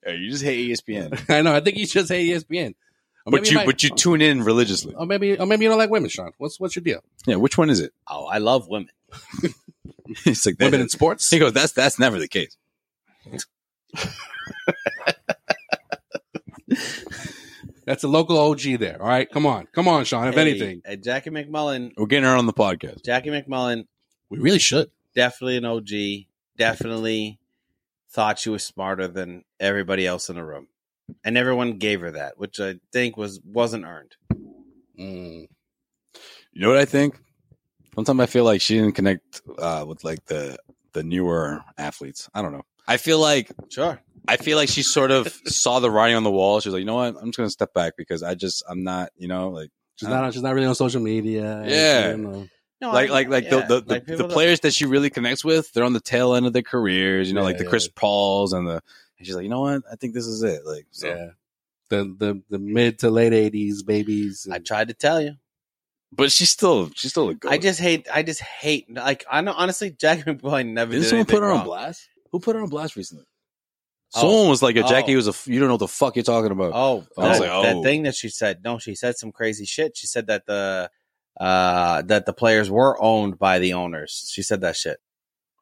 Speaker 7: Hey, you just hate E ESPN.
Speaker 3: I know. I think you just hate E ESPN. Or
Speaker 7: but
Speaker 3: maybe
Speaker 7: you
Speaker 3: might-
Speaker 7: but you tune in religiously.
Speaker 3: or maybe or maybe you don't like women, Sean. What's what's your deal?
Speaker 7: Yeah, which one is it?
Speaker 4: Oh, I love women.
Speaker 7: It's like that.
Speaker 3: Women in sports.
Speaker 7: he goes, that's that's never the case.
Speaker 3: That's a local OG there. All right, come on, come on, Sean. If
Speaker 4: Hey,
Speaker 3: anything,
Speaker 4: hey, Jackie McMullen,
Speaker 7: We're getting her on the podcast.
Speaker 4: Jackie McMullen,
Speaker 3: we really should.
Speaker 4: definitely an OG. Definitely thought she was smarter than everybody else in the room, and everyone gave her that, which I think was wasn't earned.
Speaker 3: Mm.
Speaker 7: You know what I think? Sometimes I feel like she didn't connect uh, with like the the newer athletes. I don't know. I feel like
Speaker 4: Sure,
Speaker 7: I feel like she sort of saw the writing on the wall. She was like, you know what? I'm just gonna step back because I just I'm not, you know, like
Speaker 3: She's not. on- She's not really on social media.
Speaker 7: Yeah.
Speaker 3: You know.
Speaker 4: no,
Speaker 7: like
Speaker 4: I-
Speaker 7: like like
Speaker 4: Oh, yeah,
Speaker 7: the the,
Speaker 4: like
Speaker 7: the,
Speaker 4: people
Speaker 7: the
Speaker 4: that-
Speaker 7: players that she really connects with, they're on the tail end of their careers, you know,
Speaker 3: Yeah,
Speaker 7: like the
Speaker 3: yeah.
Speaker 7: Chris Pauls and the. And she's like, you know what? I think this is it. Like, so.
Speaker 3: Yeah. The the the mid to late eighties babies.
Speaker 4: I tried to tell you.
Speaker 7: but she's still she's still a goat.
Speaker 4: I just hate. I just hate. Like I know, honestly, Jackie McMullen never
Speaker 7: didn't
Speaker 4: did
Speaker 7: someone put
Speaker 4: anything
Speaker 7: her on
Speaker 4: wrong.
Speaker 7: blast? Who put her on blast recently?
Speaker 4: Oh.
Speaker 7: Someone was like, "A
Speaker 4: Oh.
Speaker 7: Jackie was a f- you don't know what the fuck you're talking about."
Speaker 4: Oh,
Speaker 7: I was
Speaker 4: that,
Speaker 7: like,
Speaker 4: that
Speaker 7: oh.
Speaker 4: thing that she said. No, she said some crazy shit. She said that the uh that the players were owned by the owners. She said that shit.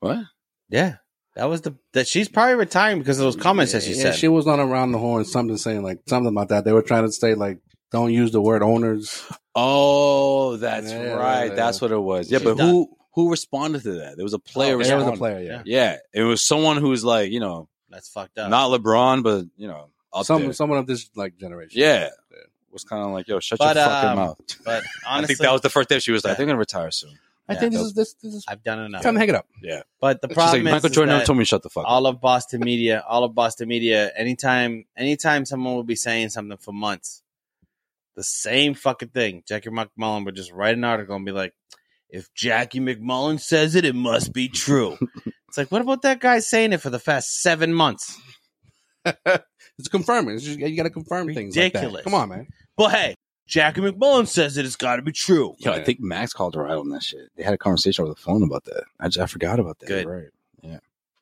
Speaker 7: What?
Speaker 4: Yeah. That was the that she's probably retiring because of those comments that she
Speaker 3: Yeah,
Speaker 4: said.
Speaker 3: she was on around the horn. Something saying like something about that. They were trying to say like don't use the word owners.
Speaker 7: Oh, that's
Speaker 3: Yeah,
Speaker 7: right.
Speaker 3: yeah,
Speaker 7: That's
Speaker 3: yeah.
Speaker 7: what it was. Yeah,
Speaker 4: She's
Speaker 7: but
Speaker 4: done.
Speaker 7: who who responded to that? There was a player.
Speaker 4: Oh,
Speaker 3: There was a
Speaker 7: responding.
Speaker 3: player. Yeah.
Speaker 7: Yeah, it was someone who was like, you know,
Speaker 4: That's fucked up.
Speaker 7: not LeBron, but you know, up
Speaker 3: Some
Speaker 7: there.
Speaker 3: someone of this like generation.
Speaker 7: Yeah. was kind of like, yo, shut
Speaker 4: But,
Speaker 7: your fucking
Speaker 4: um,
Speaker 7: mouth.
Speaker 4: but
Speaker 7: I
Speaker 4: honestly,
Speaker 7: think that was the first day she was like,
Speaker 4: Yeah.
Speaker 7: I think I'm gonna retire soon.
Speaker 3: I
Speaker 4: Yeah,
Speaker 3: think this
Speaker 7: that-
Speaker 3: is this this is
Speaker 4: I've done enough.
Speaker 3: time to hang it up.
Speaker 4: But the
Speaker 7: She's like,
Speaker 4: problem is,
Speaker 7: Michael
Speaker 4: is
Speaker 7: Jordan never
Speaker 4: that
Speaker 7: told me to shut the fuck up.
Speaker 4: all of Boston media, all of Boston media, anytime, anytime someone would be saying something for months, the same fucking thing. Jackie McMullen would just write an article and be like, "If Jackie McMullen says it, it must be true." it's like, what about that guy saying it for the past seven months?
Speaker 3: It's confirming. It's just, you got to confirm things. Like
Speaker 4: Ridiculous.
Speaker 3: that. Come on, man.
Speaker 4: But hey, Jackie McMullen says it. It's got to be true.
Speaker 7: Yo, I think Max called her out on that shit. They had a conversation over the phone about that. uh, I, just, I forgot about that.
Speaker 4: Good.
Speaker 7: You're Right.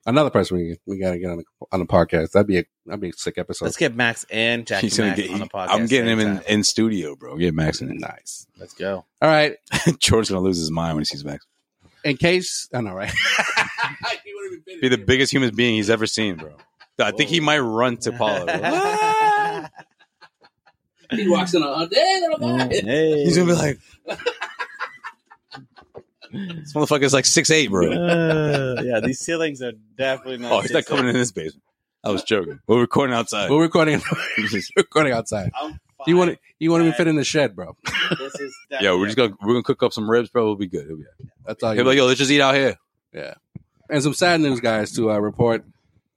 Speaker 3: Another person we we got to get on the, on the podcast. That'd be a that'd be a sick episode.
Speaker 4: Let's get Max and Jackie
Speaker 7: He's gonna
Speaker 4: Mac
Speaker 7: get.
Speaker 4: on the podcast.
Speaker 7: I'm getting him in,
Speaker 4: anytime.
Speaker 7: in studio, bro. Get Max in. it.
Speaker 3: nice.
Speaker 4: Let's go.
Speaker 3: All right.
Speaker 7: Jordan's gonna lose his mind when he sees Max.
Speaker 3: In case I know, right? You wouldn't
Speaker 7: Be the biggest human being he's ever seen, bro. I think he might run to Paula. bro.
Speaker 3: He walks in on hey, little guy.
Speaker 4: Mm, Hey.
Speaker 7: he's gonna be like, this motherfucker's like six eight, bro.
Speaker 4: Uh, yeah, these ceilings are definitely not.
Speaker 7: Oh, he's not coming in this basement. I was joking. We're recording outside.
Speaker 3: We're recording. recording outside. You want to you want to
Speaker 4: Fine.
Speaker 3: fit in the shed, bro?
Speaker 4: This is
Speaker 7: Yeah, we're just gonna we're gonna cook up some ribs, bro. We'll be good. He'll be,
Speaker 3: That's all.
Speaker 7: he'll be like, yo, let's just eat out here.
Speaker 3: And some sad news, guys, to uh, report.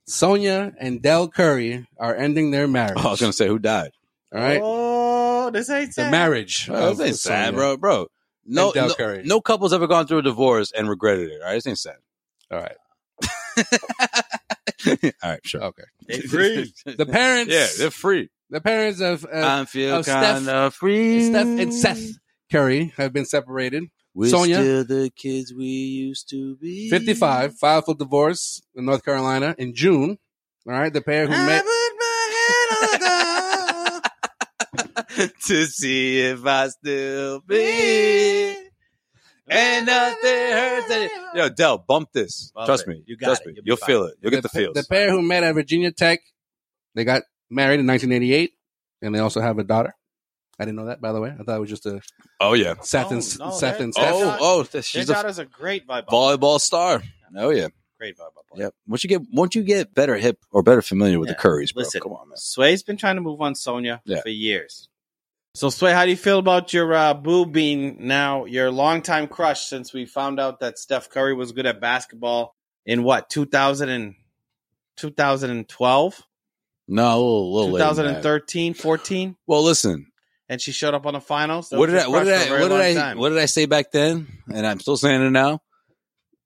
Speaker 3: Sonia and Del Curry are ending their marriage.
Speaker 7: Oh, I was gonna say who died.
Speaker 3: all right,
Speaker 4: Oh, this ain't
Speaker 3: the
Speaker 4: sad.
Speaker 3: marriage.
Speaker 7: Oh,
Speaker 3: of
Speaker 7: this ain't sad,
Speaker 3: Sonya
Speaker 7: bro. Bro, no,
Speaker 3: and Del
Speaker 7: no,
Speaker 3: Curry.
Speaker 7: no couple's ever gone through a divorce and regretted it. All right, this ain't sad.
Speaker 3: All right.
Speaker 7: All right, sure.
Speaker 3: Okay.
Speaker 4: They free.
Speaker 3: The parents.
Speaker 7: yeah, they're free.
Speaker 3: the parents of uh,
Speaker 7: I feel
Speaker 3: oh, Steph-
Speaker 7: kind of free.
Speaker 3: Steph and Seth Curry have been separated.
Speaker 7: We're
Speaker 3: Sonya.
Speaker 7: still the kids we used to be.
Speaker 3: 55 filed for divorce in North Carolina in June. All right, the pair who
Speaker 7: Ah,
Speaker 3: met.
Speaker 7: I put my head on the door to see if I still be. And nothing hurts. Any- Yo, Dell, bump this.
Speaker 4: Bump it.
Speaker 7: Trust me.
Speaker 4: You got
Speaker 7: Trust
Speaker 4: it.
Speaker 7: me.
Speaker 4: You'll be
Speaker 7: You'll
Speaker 4: fine.
Speaker 7: feel it. You'll get the
Speaker 3: pa-
Speaker 7: feels.
Speaker 3: The pair who met at Virginia Tech, they got married in 1988, and they also have a daughter. I didn't know that, by the way. I thought it was just a
Speaker 7: oh yeah.
Speaker 3: Seth and
Speaker 4: No, no,
Speaker 3: Seth
Speaker 4: they're-
Speaker 3: and Steph.
Speaker 4: That's
Speaker 7: Oh,
Speaker 4: not-
Speaker 7: oh, th-
Speaker 4: Their
Speaker 7: she's a
Speaker 4: daughter's a great volleyball.
Speaker 7: volleyball star. Oh yeah.
Speaker 4: Great volleyball player.
Speaker 7: Yep. Once you get once you get better hip or better familiar with
Speaker 4: Yeah.
Speaker 7: the Currys, bro.
Speaker 4: Listen,
Speaker 7: Come on, man.
Speaker 4: Sway's been trying to move on Sonia
Speaker 7: Yeah.
Speaker 4: for years. So Sway, how do you feel about your uh, boo being now your longtime crush since we found out that Steph Curry was good at basketball in what 2000 and 2012,
Speaker 7: No, a little, a little later than that.
Speaker 4: 2013, 14,
Speaker 7: Well, listen.
Speaker 4: and she showed up on the finals. That
Speaker 7: What
Speaker 4: was your
Speaker 7: did I? What
Speaker 4: crush
Speaker 7: did
Speaker 4: for a
Speaker 7: I?
Speaker 4: very
Speaker 7: What did
Speaker 4: long
Speaker 7: I?
Speaker 4: time.
Speaker 7: What did I say back then? And I'm still saying it now.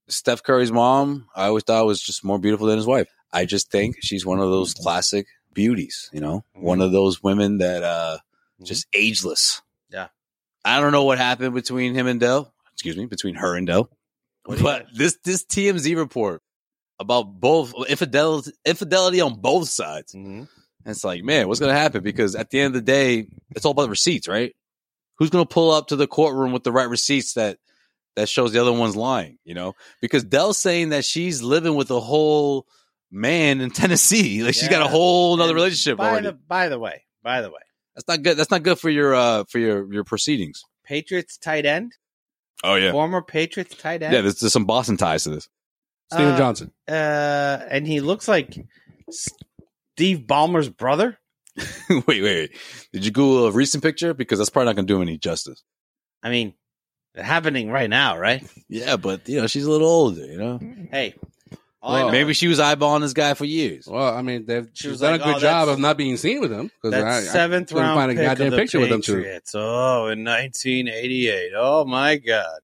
Speaker 7: Steph Curry's mom, I always thought was just more beautiful than his wife.
Speaker 4: Mm-hmm.
Speaker 7: I just think she's one of those classic beauties. You know, one of those women that uh just ageless.
Speaker 4: Yeah.
Speaker 7: I don't know what happened between him and Dell. Excuse me, between her and Dell. But this this TMZ report about both infidelity infidelity on both sides.
Speaker 4: Mhm.
Speaker 7: And it's like, man, what's gonna happen? Because at the end of the day, it's all about receipts, right? Who's gonna pull up to the courtroom with the right receipts that that shows the other one's lying, you know? Because Dell's saying that she's living with a whole man in Tennessee. Like she's got a
Speaker 4: Yeah.
Speaker 7: whole nother
Speaker 4: And
Speaker 7: relationship
Speaker 4: by
Speaker 7: already.
Speaker 4: The, by the way, by the way,
Speaker 7: That's not good. That's not good for your uh for your your proceedings.
Speaker 4: Patriots tight end,
Speaker 7: Oh yeah,
Speaker 4: former Patriots tight end.
Speaker 7: yeah. There's, there's some Boston ties to this.
Speaker 3: Steven
Speaker 4: Uh,
Speaker 3: Johnson.
Speaker 4: uh, and he looks like Steve Ballmer's brother.
Speaker 7: wait, wait, wait. Did you Google a recent picture? Because that's probably not gonna do any justice.
Speaker 4: I mean, it's happening right now, right?
Speaker 7: Yeah, but you know she's a little older. You know,
Speaker 4: Hey, all I
Speaker 3: Well,
Speaker 4: know-
Speaker 7: maybe she was eyeballing this guy for years.
Speaker 3: Well, I mean, they've
Speaker 4: She was
Speaker 3: done
Speaker 4: like,
Speaker 3: a good
Speaker 4: "Oh,
Speaker 3: job
Speaker 4: that's-
Speaker 3: of not being seen with him because
Speaker 4: that
Speaker 3: I,
Speaker 4: seventh
Speaker 3: couldn't
Speaker 4: round
Speaker 3: find a
Speaker 4: pick
Speaker 3: goddamn
Speaker 4: of the
Speaker 3: picture with them two.
Speaker 4: Patriots. Oh, in 1988. Oh my God.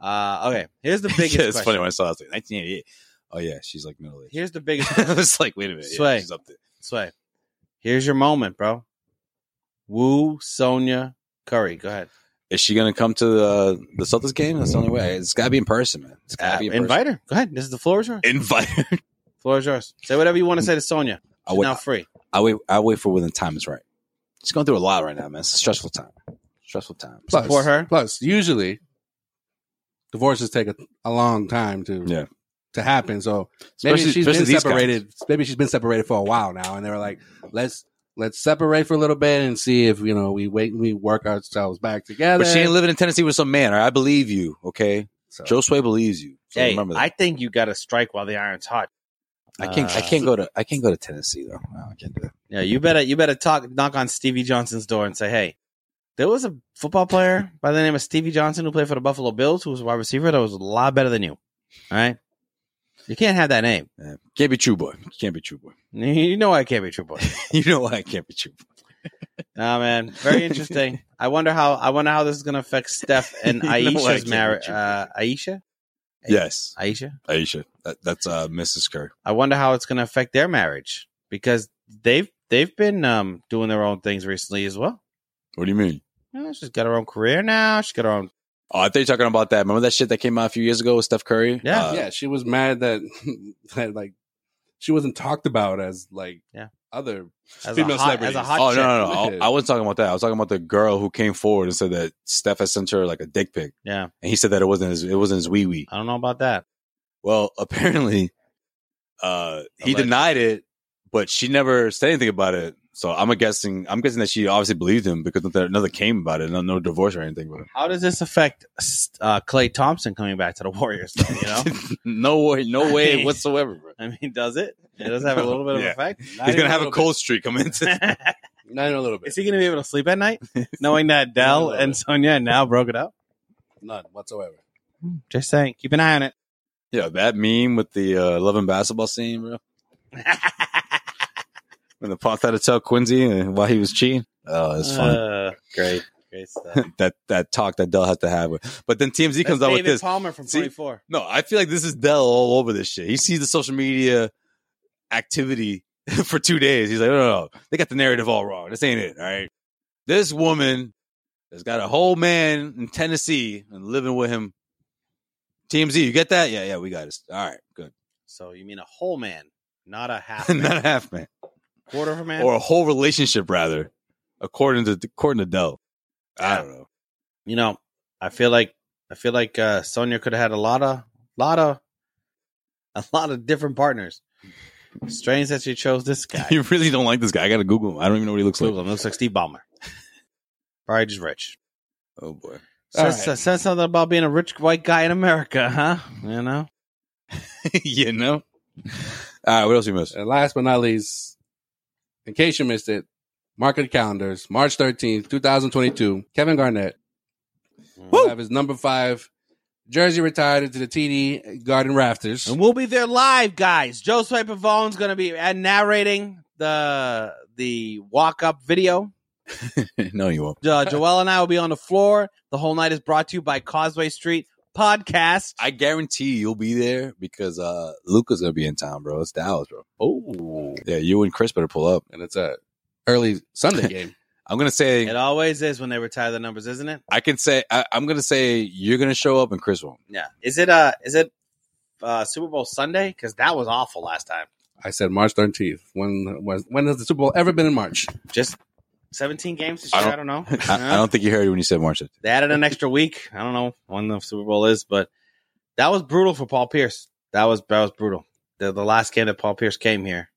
Speaker 4: Uh, okay, here's the biggest.
Speaker 7: yeah, it's
Speaker 4: question.
Speaker 7: funny when I saw it. It's like 1988. Oh yeah, she's like middle aged.
Speaker 4: Here's the biggest.
Speaker 7: I was like, wait a minute, yeah,
Speaker 4: Sway.
Speaker 7: she's up there.
Speaker 4: Sway, here's your moment, bro. Woo Sonia Curry. Go ahead.
Speaker 7: Is she gonna come to the the Celtics game? That's the only way. It's gotta be in person, man. It's gotta
Speaker 4: Uh,
Speaker 7: be in
Speaker 4: invite her. Go ahead. This is the floor is yours.
Speaker 7: person. Invite. her.
Speaker 4: Floor is yours. Say whatever you want to say to Sonia.
Speaker 7: I
Speaker 4: She's
Speaker 7: would-
Speaker 4: now free.
Speaker 7: I wait. I wait for when the time is right. She's going through a lot right now, man. It's a stressful time. Stressful time.
Speaker 3: Plus,
Speaker 4: Support her.
Speaker 3: Plus, usually divorces take a, a long time to
Speaker 7: Yeah.
Speaker 3: to happen. So maybe
Speaker 7: Especially-
Speaker 3: she's
Speaker 7: especially
Speaker 3: been
Speaker 7: these
Speaker 3: separated. Maybe she's been separated for a while now, and they were like, let's let's separate for a little bit and see if you know we wait and we work ourselves back together.
Speaker 7: But she ain't living in Tennessee with some man. All right? I believe you. Okay,
Speaker 3: So-
Speaker 7: Joe Sway believes you. So
Speaker 4: hey,
Speaker 7: remember that.
Speaker 4: I think you got to strike while the iron's hot.
Speaker 7: I can't. I
Speaker 4: Uh,
Speaker 7: can't go to. I can't go to Tennessee though. No, I can't do that.
Speaker 4: Yeah, you better you better talk knock on Stevie Johnson's door and say, "Hey, there was a football player by the name of Stevie Johnson who played for the Buffalo Bills, who was a wide receiver that was a lot better than you." All right, you can't have that name.
Speaker 7: Yeah. Can't be true boy. Can't be true boy.
Speaker 4: You know I can't be true boy.
Speaker 7: You know why I can't be true boy?
Speaker 4: Nah, man, very interesting. I wonder how I wonder how this is going to affect Steph and
Speaker 7: You know I can't
Speaker 4: Aisha's
Speaker 7: be
Speaker 4: marriage.
Speaker 7: True Boy.
Speaker 4: Uh, Aisha,
Speaker 7: Yes,
Speaker 4: Aisha.
Speaker 7: Aisha. That, that's uh, Mrs. Kerr.
Speaker 4: I wonder how it's going to affect their marriage because they've they've been um, doing their own things recently as well.
Speaker 7: What do you mean?
Speaker 4: You know, she's got her own career now. She's got her own
Speaker 7: Oh, I thought you were talking about that. Remember that shit that came out a few years ago with Steph Curry?
Speaker 4: Yeah.
Speaker 7: Uh,
Speaker 3: yeah, she was mad that that like she wasn't talked about as like
Speaker 4: Yeah.
Speaker 3: other
Speaker 4: as
Speaker 3: female
Speaker 4: a hot, as
Speaker 3: celebrities.
Speaker 4: a hot
Speaker 7: Oh
Speaker 4: chick.
Speaker 7: no, no, no! I, I wasn't talking about that. I was talking about the girl who came forward and said that Steph had sent her like a dick pic,
Speaker 4: Yeah,
Speaker 7: and he said that it wasn't his, it wasn't his wee wee.
Speaker 4: I don't know about that.
Speaker 7: Well, apparently, uh, he
Speaker 4: Allegedly.
Speaker 7: denied it, but she never said anything about it. So I'm a guessing. I'm guessing that she obviously believed him because nothing, nothing came about it. No, no divorce or anything. But
Speaker 4: How does this affect uh, Clay Thompson coming back to the Warriors? Though, you know,
Speaker 7: no way, no way whatsoever. Bro.
Speaker 4: I mean, does it? It does have a little bit of
Speaker 7: Yeah.
Speaker 4: effect.
Speaker 7: He's gonna have a cold streak coming into.
Speaker 3: not even a little bit.
Speaker 4: Is he gonna be able to sleep at night knowing that Dell and Sonia now broke it up?
Speaker 3: None whatsoever.
Speaker 4: Just saying, keep an eye on it.
Speaker 7: yeah, that meme with the uh, love and basketball scene, bro. When the pop had to tell Quincy uh, while he was cheating. Oh, it's fun.
Speaker 4: Uh, great, great stuff.
Speaker 7: that that talk that Dell has to have with. But then TMZ comes
Speaker 4: That's
Speaker 7: out
Speaker 4: David
Speaker 7: with this.
Speaker 4: Palmer from
Speaker 7: See?
Speaker 4: 24.
Speaker 7: No, I feel like this is Dell all over this shit. He sees the social media activity for two days. He's like, no, no, no. They got the narrative all wrong. This ain't it. All right. This woman has got a whole man in Tennessee and living with him. TMZ, you get that? Yeah, yeah, we got it. All right, good.
Speaker 4: So you mean a whole man, not a half, man.
Speaker 7: Not a half man.
Speaker 4: quarter of a man,
Speaker 7: Or a whole relationship, rather, according to according to Dell. I don't know.
Speaker 4: you know, I feel like I feel like uh, Sonia could have had a lot of lot of a lot of different partners. Strange that she chose this guy.
Speaker 7: You really don't like this guy. I gotta Google him. I don't even know what he looks
Speaker 4: Google
Speaker 7: like.
Speaker 4: him. Looks like Steve Ballmer. Probably just rich.
Speaker 7: Oh boy.
Speaker 3: All
Speaker 4: Says,
Speaker 3: right.
Speaker 4: says something about being a rich white guy in America, huh? You know.
Speaker 7: you know. All right, what else we missed?
Speaker 3: And last but not least, in case you missed it, mark your calendars. March 13th, 2022, Kevin Garnett will
Speaker 7: Woo!
Speaker 3: have his number five jersey retired into the TD Garden Rafters.
Speaker 4: And we'll be there live, guys. Joe Swipe Pavone's going to be uh, narrating the the walk up video.
Speaker 7: no, you won't.
Speaker 4: Uh, Joel and I will be on the floor. The whole night is brought to you by Causeway Street Podcast.
Speaker 7: I guarantee you'll be there because uh Luca's gonna be in town, bro. It's Dallas, bro.
Speaker 3: Oh.
Speaker 7: Yeah, you and Chris better pull up.
Speaker 3: And it's a early Sunday game.
Speaker 7: I'm gonna say
Speaker 4: It always is when they retire the numbers, isn't it?
Speaker 7: I can say I, I'm gonna say you're gonna show up and Chris won't.
Speaker 4: Yeah. Is it uh is it uh Super Bowl Sunday? Because that was awful last time.
Speaker 3: I said March 13th. When was when has the Super Bowl ever been in March?
Speaker 4: Just seventeen games this
Speaker 7: I
Speaker 4: year, I don't, know.
Speaker 7: I, I don't think you heard it when you said March. 13th.
Speaker 4: they added an extra week. I don't know when the Super Bowl is, but that was brutal for Paul Pierce. That was that was brutal. The, the last game that Paul Pierce came here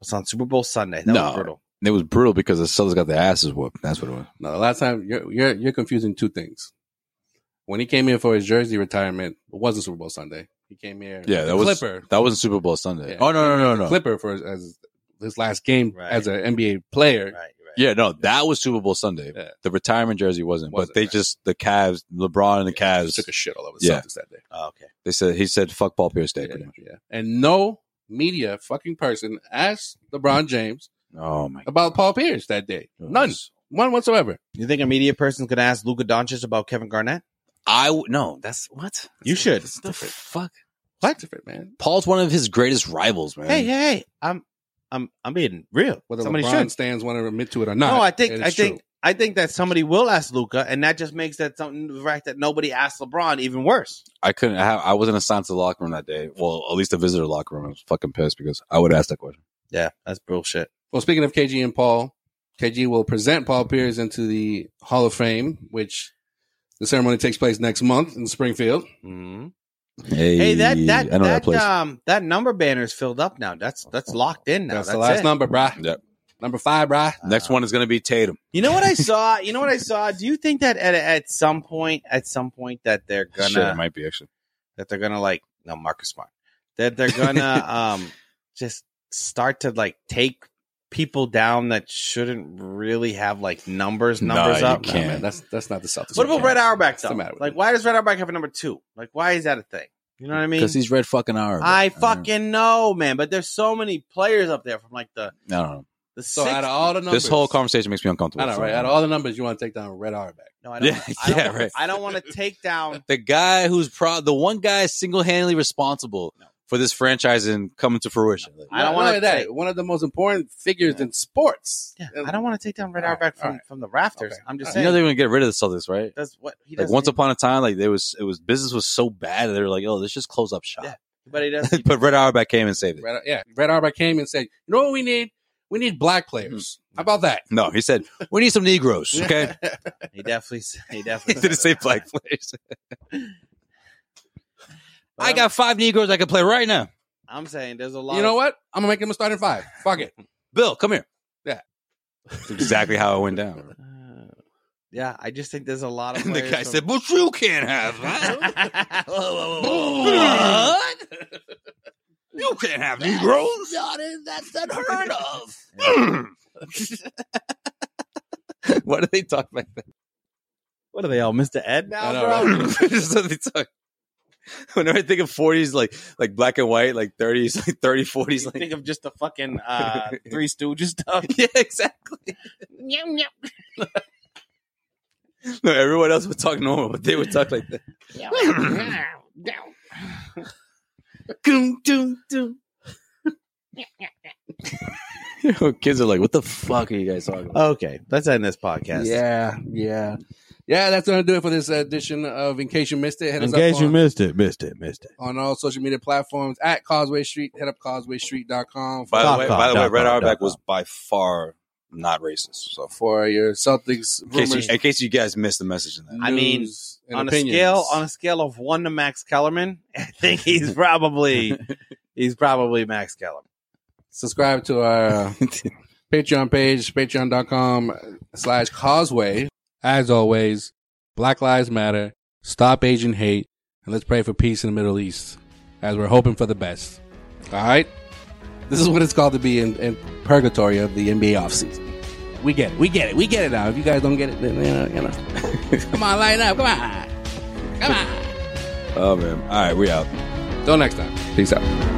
Speaker 4: was on Super Bowl Sunday. That
Speaker 7: No.
Speaker 4: was brutal.
Speaker 7: It was brutal because the Celtics got their asses whooped. That's what it was.
Speaker 3: No, the last time you're you're, you're confusing two things. When he came here for his jersey retirement, it wasn't Super Bowl Sunday. He came here.
Speaker 7: Yeah,
Speaker 3: as
Speaker 7: that
Speaker 3: a
Speaker 7: was
Speaker 3: Clipper.
Speaker 7: That wasn't Super Bowl Sunday.
Speaker 3: Yeah.
Speaker 7: Oh no no no no.
Speaker 3: Clipper for his, as his last game
Speaker 4: Right.
Speaker 3: as an NBA player.
Speaker 4: Right, right.
Speaker 7: Yeah, no, that was Super Bowl Sunday.
Speaker 3: Yeah.
Speaker 7: The retirement jersey wasn't,
Speaker 3: Wasn't,
Speaker 7: but they
Speaker 3: right.
Speaker 7: just the Cavs, LeBron and the
Speaker 3: Yeah,
Speaker 7: Cavs.
Speaker 3: just took a shit all over the
Speaker 7: Yeah.
Speaker 3: Celtics that day.
Speaker 4: Oh, okay.
Speaker 7: they said he said fuck Paul Pierce Day. pretty
Speaker 3: Yeah,
Speaker 7: much.
Speaker 3: yeah. And no media fucking person asked LeBron James
Speaker 7: Oh my.
Speaker 3: about Paul Pierce that day.
Speaker 7: Oh.
Speaker 3: None. One whatsoever.
Speaker 4: You think a media person could ask Luka Doncic about Kevin Garnett?
Speaker 7: I w- no. That's what
Speaker 4: You should.
Speaker 7: That's the fuck.
Speaker 3: What? Different, man.
Speaker 7: Paul's one of his greatest rivals, man.
Speaker 4: Hey, hey, hey! I'm, I'm, I'm being real.
Speaker 3: Whether
Speaker 4: somebody
Speaker 3: LeBron
Speaker 4: should.
Speaker 3: stands want to admit to it or not.
Speaker 4: no, I think,
Speaker 3: it
Speaker 4: I
Speaker 3: is true.
Speaker 4: think, I think that somebody will ask Luca, and that just makes that something the fact that nobody asked LeBron even worse.
Speaker 7: I couldn't. I, have, I wasn't assigned to the locker room that day. Well, at least a visitor locker room. I was fucking pissed because I would ask that question.
Speaker 4: Yeah, that's bullshit.
Speaker 3: Well, speaking of KG and Paul, KG will present Paul Pierce into the Hall of Fame, which the ceremony takes place next month in Springfield.
Speaker 4: hmm
Speaker 7: Hey,
Speaker 4: Hey, that that
Speaker 7: I know
Speaker 4: that,
Speaker 7: that, place.
Speaker 4: um that number banner is filled up now. That's that's locked in now.
Speaker 3: that's,
Speaker 4: That's,
Speaker 3: the last
Speaker 4: it.
Speaker 3: number, brah.
Speaker 7: Yep.
Speaker 3: Number five, brah.
Speaker 7: Next one is gonna be Tatum.
Speaker 4: You know what I saw? You know what I saw? Do you think that at at some point, at some point, that they're gonna
Speaker 7: Shit, it might be actually.
Speaker 4: that they're gonna like no Marcus Smart that they're gonna um just start to like take people down that shouldn't really have like numbers
Speaker 7: Nah,
Speaker 4: numbers
Speaker 7: you
Speaker 4: up.
Speaker 3: Nah,
Speaker 7: can't.
Speaker 3: man, that's that's not the Celtics.
Speaker 4: What about Red Auerbach though?
Speaker 3: the matter with
Speaker 4: Like,
Speaker 3: it?
Speaker 4: why does Red Auerbach have a number two? Like, why is that a thing? You know what I mean?
Speaker 7: Because he's red fucking hour.
Speaker 4: I fucking know, man. But there's so many players up there from like the
Speaker 7: I don't know.
Speaker 4: the
Speaker 3: So
Speaker 4: sixth-
Speaker 3: out of all the numbers,
Speaker 7: This whole conversation makes me uncomfortable.
Speaker 3: I know,
Speaker 7: so-
Speaker 3: right? Out of all the numbers, you want to take down Red Auerbach.
Speaker 4: no, I don't,
Speaker 7: Yeah,
Speaker 4: I don't,
Speaker 7: yeah, right.
Speaker 4: I don't want to take down.
Speaker 7: the guy who's pro- the one guy single-handedly responsible for this franchise and coming to fruition.
Speaker 4: I don't
Speaker 3: Not
Speaker 4: want
Speaker 3: only
Speaker 4: to
Speaker 3: that.
Speaker 4: take.
Speaker 3: One of the most important figures in sports.
Speaker 4: Yeah, I don't want to take down Red
Speaker 3: All right,
Speaker 4: Auerbach from,
Speaker 3: all right.
Speaker 4: from the rafters.
Speaker 3: Okay.
Speaker 4: I'm just
Speaker 7: you
Speaker 4: saying.
Speaker 7: know they're gonna get rid of the Celtics, right?
Speaker 4: that's what he does.
Speaker 7: Like once upon a time, like there was it was business was so bad that they were like, oh, let's just close up shop.
Speaker 4: Yeah. but he does.
Speaker 7: but Red Auerbach came and saved it.
Speaker 3: Red, yeah, Red Auerbach came and said, "You know what we need? We need black players.
Speaker 7: Mm-hmm.
Speaker 3: How about that?"
Speaker 7: No, he said we need some Negroes. Okay,
Speaker 4: He definitely. s- He
Speaker 7: he
Speaker 4: definitely
Speaker 7: didn't
Speaker 4: said that.
Speaker 7: say black players.
Speaker 4: But
Speaker 7: I
Speaker 4: I'm-
Speaker 7: got five Negroes I can play right now.
Speaker 4: I'm saying there's a lot.
Speaker 3: you know
Speaker 4: of-
Speaker 3: what? I'm gonna make him a starting five. Fuck it.
Speaker 7: Bill, come here.
Speaker 3: Yeah.
Speaker 7: That's exactly how it went down.
Speaker 4: Uh, yeah, I just think there's a lot of.
Speaker 7: And the
Speaker 4: players
Speaker 7: guy
Speaker 4: from-
Speaker 7: said, "But you can't have that.
Speaker 4: Yeah,
Speaker 7: What? You can't have Negroes. That's unheard of." Why do they talk like that?
Speaker 4: what are they all, Mr. Ed now,
Speaker 3: I know,
Speaker 4: bro?
Speaker 3: right?
Speaker 7: That's how they talk. Whenever I think of 40s, like like black and white, like 30s, like 30, 40s,
Speaker 4: You
Speaker 7: like
Speaker 4: think of just the fucking uh, Three Stooges stuff.
Speaker 7: yeah, exactly. No, everyone else would talk normal, but they would talk like that. Doom, doom, doom. You know, Kids are like, "What the fuck are you guys talking about?"
Speaker 4: Okay, let's end this podcast.
Speaker 3: Yeah, yeah, yeah. That's gonna do it for this edition of In Case You Missed It. Hit us up on,
Speaker 4: missed it, missed it, missed it.
Speaker 3: on all social media platforms at Causeway Street. Hit up causewaystreet.com for,
Speaker 7: By the
Speaker 4: Dot
Speaker 7: way,
Speaker 4: com,
Speaker 7: by the way,
Speaker 4: dot
Speaker 7: Red
Speaker 4: com,
Speaker 7: Auerbach
Speaker 4: dot
Speaker 7: was by far not racist. So,
Speaker 3: for your Celtics
Speaker 7: in case,
Speaker 3: rumors.
Speaker 7: you, in case you guys missed the message in that,
Speaker 4: I mean,
Speaker 3: news, and
Speaker 4: on
Speaker 3: opinions.
Speaker 4: a scale on a scale of one to Max Kellerman, I think he's probably he's probably Max Kellerman.
Speaker 3: subscribe to our uh, Patreon page, patreon.com slash causeway. As always, Black Lives Matter, stop Asian hate, and let's pray for peace in the Middle East as we're hoping for the best. All right? This is what it's called to be in, in purgatory of the NBA offseason. We get it. We get it. We get it now. If you guys don't get it, then, you know, you know. come on, line up. Come on. Come on.
Speaker 7: oh man, all right, we out.
Speaker 3: Till next time. Peace out.